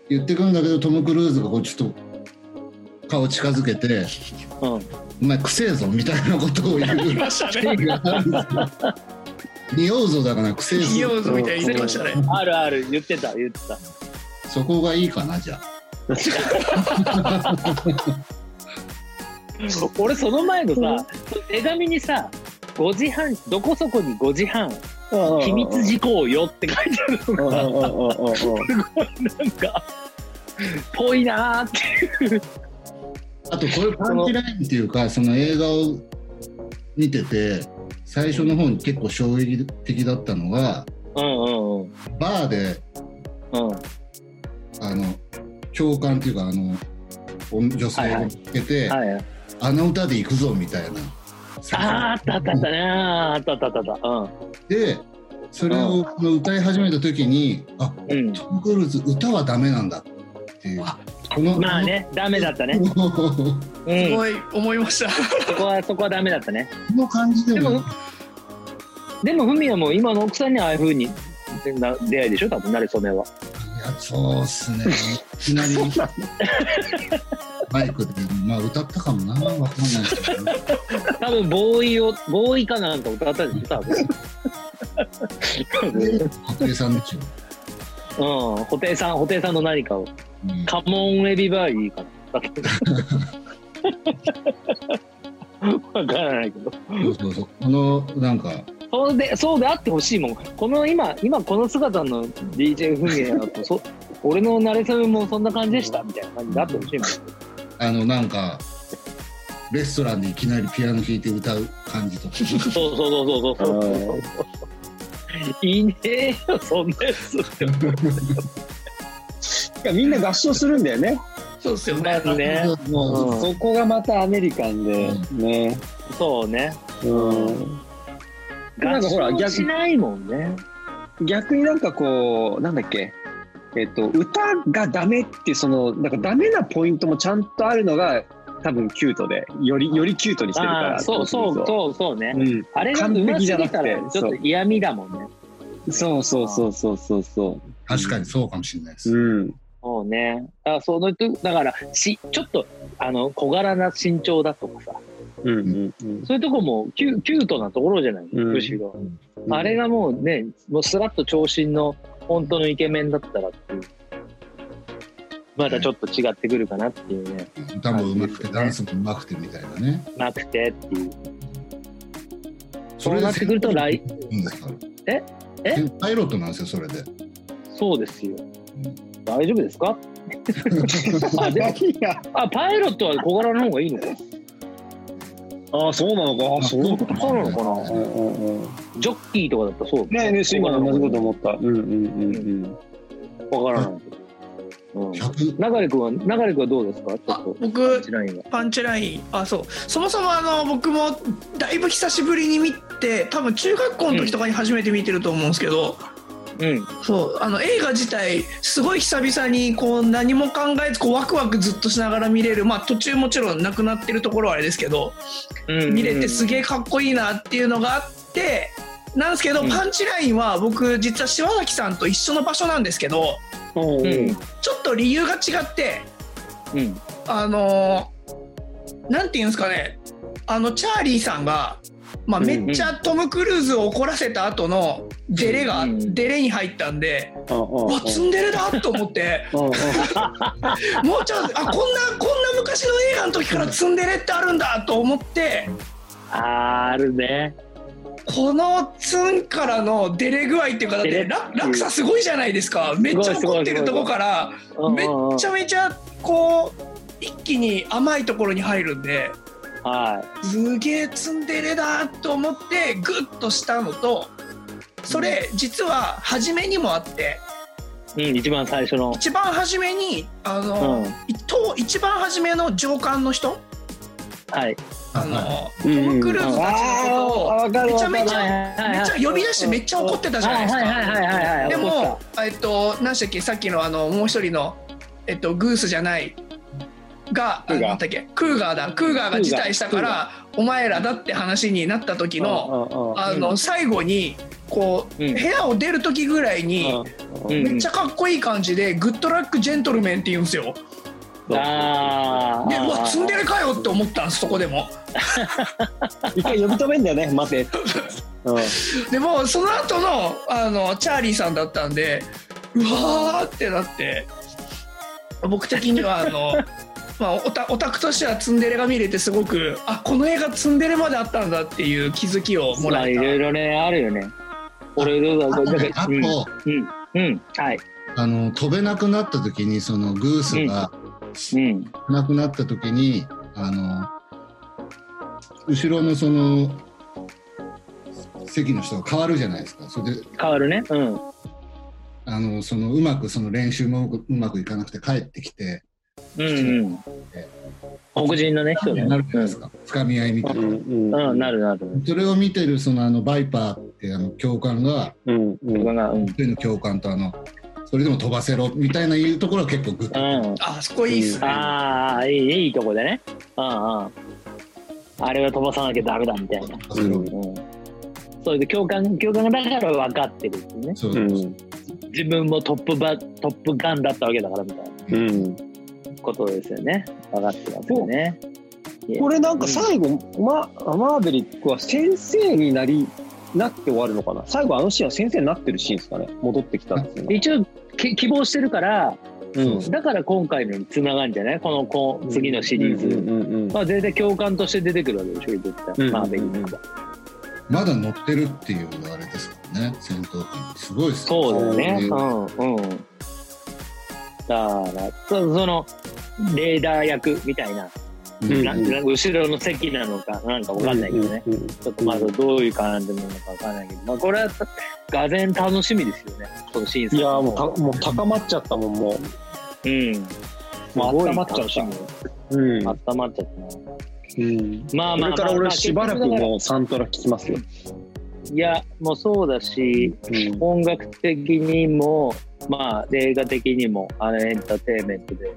Speaker 4: 言ってくるんだけどトム・クルーズがこうちょっと顔近づけて「
Speaker 6: うん
Speaker 4: お前くせえぞ」みたいなことを言う
Speaker 3: ましたね。
Speaker 4: 時があるんですよ。匂うぞだからくせえ
Speaker 3: 企
Speaker 4: ぞ
Speaker 3: 業図みたいに言ってましたね。
Speaker 6: あるある言ってた言ってた
Speaker 4: そこがいいかなじゃ
Speaker 6: [LAUGHS] 俺その前のさ、手紙にさ5時半どこそこに5時半秘密事項よって書いてあるのがなんかぽいなーって
Speaker 4: ああとこれパンチラインっていうかその映画を見てて最初の方に結構衝撃的だったのが
Speaker 6: うんうんうん
Speaker 4: バーで
Speaker 6: うん
Speaker 4: あの共感っていうかあの女性を見つけて、
Speaker 6: はい
Speaker 4: あの歌で行くぞみたいな。
Speaker 6: あーあったあったあったねあーあったあったあったあっ
Speaker 4: でそれを歌い始めた時に、あ
Speaker 6: たうん、
Speaker 4: トム・クルーズ歌はダメなんだっていうこ
Speaker 6: う
Speaker 4: の
Speaker 6: ん、まあ
Speaker 4: [LAUGHS]
Speaker 6: ねダメだったね、
Speaker 4: こ
Speaker 6: うん
Speaker 3: す、ごい思いました。
Speaker 6: そこはそこはダメだったね
Speaker 4: の感じで
Speaker 6: で
Speaker 4: も
Speaker 6: もでもフミヤも今の奥さんにああいうふうにな出会いでしょ多分慣れ初めはい
Speaker 4: やそうっすねいきなりバイクでまあ歌ったかもなわかんないですけど
Speaker 6: 多分ボーイをボーイかなんか歌ったでしょ多分
Speaker 4: で布袋さんでしょ、
Speaker 6: うん、布袋さん、布袋さんの何かを。
Speaker 4: うん
Speaker 6: カモンエビバーいいかな。わからないけど。
Speaker 4: そうそうそうこのなんか
Speaker 6: そうで、そうであってほしいもん。この今、今この姿の DJ 風景だと、そ俺の慣れ初めもそんな感じでしたみたいな感じであってほしいもん。
Speaker 4: あのなんかレストランでいきなりピアノ弾いて歌う感じとか
Speaker 6: そうそうそうそうそうそうそう。いいねえよ、そんなやつ。
Speaker 5: みんな合唱するんだよね。
Speaker 3: そうですよ
Speaker 6: ま
Speaker 3: ね。
Speaker 6: ずね。
Speaker 4: もう
Speaker 6: うん
Speaker 5: そこがまたアメリカンでね。
Speaker 6: そうね。
Speaker 5: うんなんかほら
Speaker 6: 合唱
Speaker 5: 逆
Speaker 6: しないもんね。
Speaker 5: 逆になんかこうなんだっけ。えっと、歌がダメってそのなんかダメなポイントもちゃんとあるのが多分キュートでよりよりキュートにしてるか
Speaker 6: あ
Speaker 5: ら
Speaker 6: あ、そうそうそうそうね。
Speaker 5: うん、
Speaker 6: あれがうますぎたらちょっと嫌味だもんね。
Speaker 5: そうそうそうそうそうそ
Speaker 4: 確かにそうかもしれないです、
Speaker 5: う。うん。
Speaker 6: そうね。だからその人だからしちょっとあの小柄な身長だとかさ、
Speaker 5: うんうん
Speaker 6: そういうとこもキュキュートなところじゃない、
Speaker 5: うん
Speaker 6: むしろ。
Speaker 5: うん。
Speaker 6: あれがもうね、もうスラッと長身の本当のイケメンだったらっていう。またちょっと違ってくるかなっていうね。
Speaker 4: 歌も上手くてダンスも上手くてみたいなね
Speaker 6: なくてっていう。
Speaker 4: そ
Speaker 6: そう
Speaker 4: れで
Speaker 6: なってくると来、
Speaker 4: うんだから
Speaker 6: ええ
Speaker 4: パイロットなんですよそれで
Speaker 6: そうですよ
Speaker 4: うん。
Speaker 6: 大丈夫ですかあでもあ、パイロットは小柄の方がいいのか。
Speaker 5: ああ、そうなのか。あそうなのか。
Speaker 6: そうなのか
Speaker 5: う
Speaker 6: な。
Speaker 5: んうんうん。
Speaker 6: ジョッキーとかだったらそう。
Speaker 5: ねえねえ、そう今の同じこと思った。うんうんうん
Speaker 6: わからないけど。うん
Speaker 4: 100
Speaker 6: 流れ君は流れ君はどうですか？ちょ
Speaker 3: あ
Speaker 6: っと
Speaker 3: 僕
Speaker 6: ちなみには
Speaker 3: パンチラインあそうそもそもあの僕もだいぶ久しぶりに見て多分中学校の時とかに初めて見てると思うんですけど、
Speaker 6: うん。
Speaker 3: そうあの映画自体すごい久々にこう何も考えずこうワクワクずっとしながら見れるまあ途中もちろんなくなってるところはあれですけど
Speaker 6: うん
Speaker 3: 見れてすげえかっこいいなっていうのがあってなんですけど
Speaker 6: うん
Speaker 3: パンチラインは僕実は柴崎さんと一緒の場所なんですけど
Speaker 5: うん
Speaker 6: うん。
Speaker 3: ちょっと理由が違って
Speaker 6: うん。
Speaker 3: あのーなんていうんですかねあのチャーリーさんが、まあ、
Speaker 5: うん
Speaker 3: めっちゃトム・クルーズを怒らせた後のデレが、
Speaker 6: うん
Speaker 3: デレに入ったんで、
Speaker 5: うん
Speaker 3: うわツンデレだと思って
Speaker 5: うんうん
Speaker 3: もうちょっとあこんなこんな昔の映画の時からツンデレってあるんだと思って
Speaker 2: あーあるね。
Speaker 3: このツンからのデレ具合っていうかだっ
Speaker 2: デ
Speaker 3: て
Speaker 2: レ
Speaker 3: ラ落差すごいじゃないですかめっちゃ怒ってるとこからめっちゃめちゃこう一気に甘いところに入るんで。
Speaker 2: はい。
Speaker 3: すげえツンデレだと思ってグッとしたのとそれ実は初めにもあって
Speaker 2: うん、一番最初の。
Speaker 3: 一番初めにあ
Speaker 2: う
Speaker 3: の、
Speaker 2: ん。
Speaker 3: いと一番初めの上官の人
Speaker 2: はい。
Speaker 3: あの、
Speaker 4: は
Speaker 3: トム・クルーズたちのことを
Speaker 5: あーわかる
Speaker 3: め
Speaker 5: わ
Speaker 3: ち
Speaker 5: か
Speaker 3: ゃ
Speaker 5: る
Speaker 3: めちゃめ
Speaker 2: め
Speaker 3: っちゃ呼び出してめっちゃ怒ってたじゃないですか。
Speaker 2: はいはいはいはいはい。
Speaker 3: で
Speaker 2: 怒った
Speaker 3: も、えっと、何でしたっけ、さっきのあの、もう一人の、えっと、グースじゃない。が、あ
Speaker 5: クーガー
Speaker 3: なんだっけ、クーガーだ、クーガーが辞退したから、お前らだって話になった時の。あの、最後に、こう、
Speaker 6: うん
Speaker 3: 部屋を出る時ぐらいに、
Speaker 5: うんうん
Speaker 6: うん
Speaker 3: めっちゃかっこいい感じで、グッドラックジェントルメンって言うんですよ。
Speaker 6: ああ。
Speaker 3: で、うわ、ツンデレかよって思ったんです、そこでも。
Speaker 5: 一回呼び止めんだよね待てってうん
Speaker 3: でも、その後の、あの、チャーリーさんだったんで、うわーってなって、僕的には、あの、 [LAUGHS] まあ、オタオタクとしてはツンデレが見れてすごくあこの映画ツンデレまであったんだっていう気づきをも
Speaker 6: ま
Speaker 3: ら
Speaker 6: あ
Speaker 3: え
Speaker 6: いろい
Speaker 3: た
Speaker 6: ろね、あるよね。俺、どうだ、
Speaker 4: あ
Speaker 6: ど
Speaker 4: と
Speaker 6: うだ、
Speaker 4: ねあ
Speaker 6: うん
Speaker 4: と、
Speaker 6: うん。うん。はい。
Speaker 4: あの飛べなくなった時にそのグースが
Speaker 6: うん。
Speaker 4: なくなった時に、あの後ろのその席の人が変わるじゃないですかそれで
Speaker 6: 変わるね。うん。
Speaker 4: あのそのうまくその練習もうまくいかなくて帰ってきて、
Speaker 6: うんうん。黒人のね、人だよ
Speaker 4: な
Speaker 6: ね
Speaker 4: るじゃないですか、つかみ合いみたいな、
Speaker 5: うん
Speaker 6: うん。
Speaker 5: う
Speaker 6: うん、
Speaker 5: ん
Speaker 6: なるなる。
Speaker 4: それを見てるそのあのバイパーってあの教官が
Speaker 5: うんう
Speaker 6: 僕
Speaker 5: ん
Speaker 6: が、うん。うん。
Speaker 4: 一人の教官とあのそれでも飛ばせろみたいないうところは結構グッと、
Speaker 3: あそこいいっすね、
Speaker 6: ああ、いい、いいとこでね。うんうん。あれは飛ばさなきゃダメだみたいな。
Speaker 4: 飛ばせろ、
Speaker 6: うん。それで共感、共感だから分かってるっていうね。
Speaker 4: そう
Speaker 5: う
Speaker 4: そうん
Speaker 6: 自分もトップバ、トップガンだったわけだからみたいな
Speaker 5: うん
Speaker 6: ことですよね。分かってますよね。
Speaker 5: これなんか最後、ママーベリックは先生になりなって終わるのかな最後あのシーンは先生になってるシーンですかね戻ってきたんですよね。
Speaker 6: 一応、き希望してるから、
Speaker 5: うん
Speaker 6: だから今回のにつながるんじゃないこのこう次のシリーズ。
Speaker 5: うんうんうん
Speaker 6: まあ、全然共感として出てくるわけでしょ、絶対。
Speaker 5: うん
Speaker 6: マーベリックは。
Speaker 4: まだ乗ってるっていうあれですからね戦闘機にすごいですね
Speaker 6: そうだよね。
Speaker 4: う
Speaker 6: うん、うん。だから、そその、レーダー役みたいな、
Speaker 4: うん
Speaker 5: うん
Speaker 6: なな後ろの席なのか、なんかわかんないけどね。
Speaker 5: うんうん
Speaker 6: ちょっとまだどういう感じなのかわかんないけど、まあ、これは、がぜん楽しみですよね、このシー
Speaker 5: い
Speaker 6: ン
Speaker 5: やーもうたもう高まっちゃったもんも
Speaker 6: う、うん。
Speaker 5: もう
Speaker 6: すごい
Speaker 5: 温まっちゃった
Speaker 6: 楽しみ
Speaker 5: う。うん
Speaker 6: 温まっちゃったな。
Speaker 5: うん
Speaker 6: まあま
Speaker 5: こ
Speaker 6: あまあ、
Speaker 5: れから
Speaker 6: ま
Speaker 5: 俺
Speaker 6: あ
Speaker 5: しばらくもうサントラ聞きますよ。
Speaker 6: いや、もうそうだし、
Speaker 5: うん
Speaker 6: 音楽的にも、まあ、映画的にもあのエンターテインメントで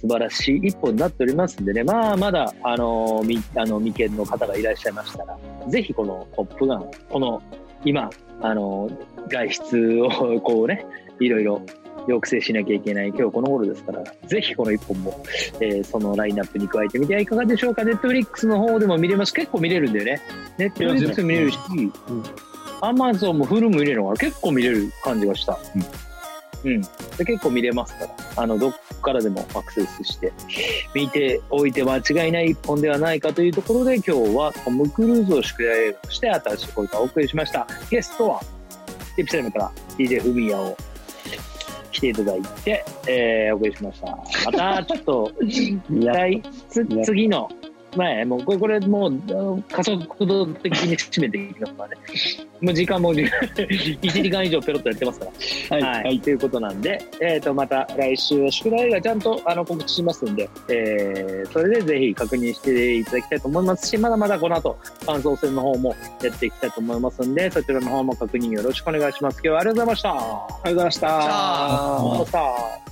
Speaker 6: 素晴らしい一本になっておりますんでね、まあ、まだあのみあの未見の方がいらっしゃいましたらぜひこの「ポップガン」この今あの外出をこうねいろいろ抑制しなきゃいけない今日この頃ですからぜひこの一本も、えーそのラインナップに加えてみてはいかがでしょうか Netflix の方でも見れます結構見れるんだよね Netflix 見れるし、アマゾンもフルも見れるのかな結構見れる感じがした。うん。で結構見れますから、あの、どっからでもアクセスして、見ておいて間違いない一本ではないかというところで、今日はトム・クルーズを宿題映画として新しい声がお送りしました。ゲストは、エピソードから DJ フミヤを来ていただいて、えー、お送りしました。また、ちょっと、
Speaker 5: いや
Speaker 6: 来つ次の前、もうこれ、これもうあの加速度的に締めていきますからね。もう時間も1時間以上ペロッとやってますから。
Speaker 5: はい、
Speaker 6: はい、
Speaker 5: はい、
Speaker 6: ということなんで、えー、とまた来週、宿題がちゃんとあの告知しますんで、えーそれでぜひ確認していただきたいと思いますし、まだまだこの後、感想戦の方もやっていきたいと思いますんで、そちらの方も確認よろしくお願いします。今日はありがとうございました。ありがとうございました。
Speaker 3: あ
Speaker 6: ありがとうございました。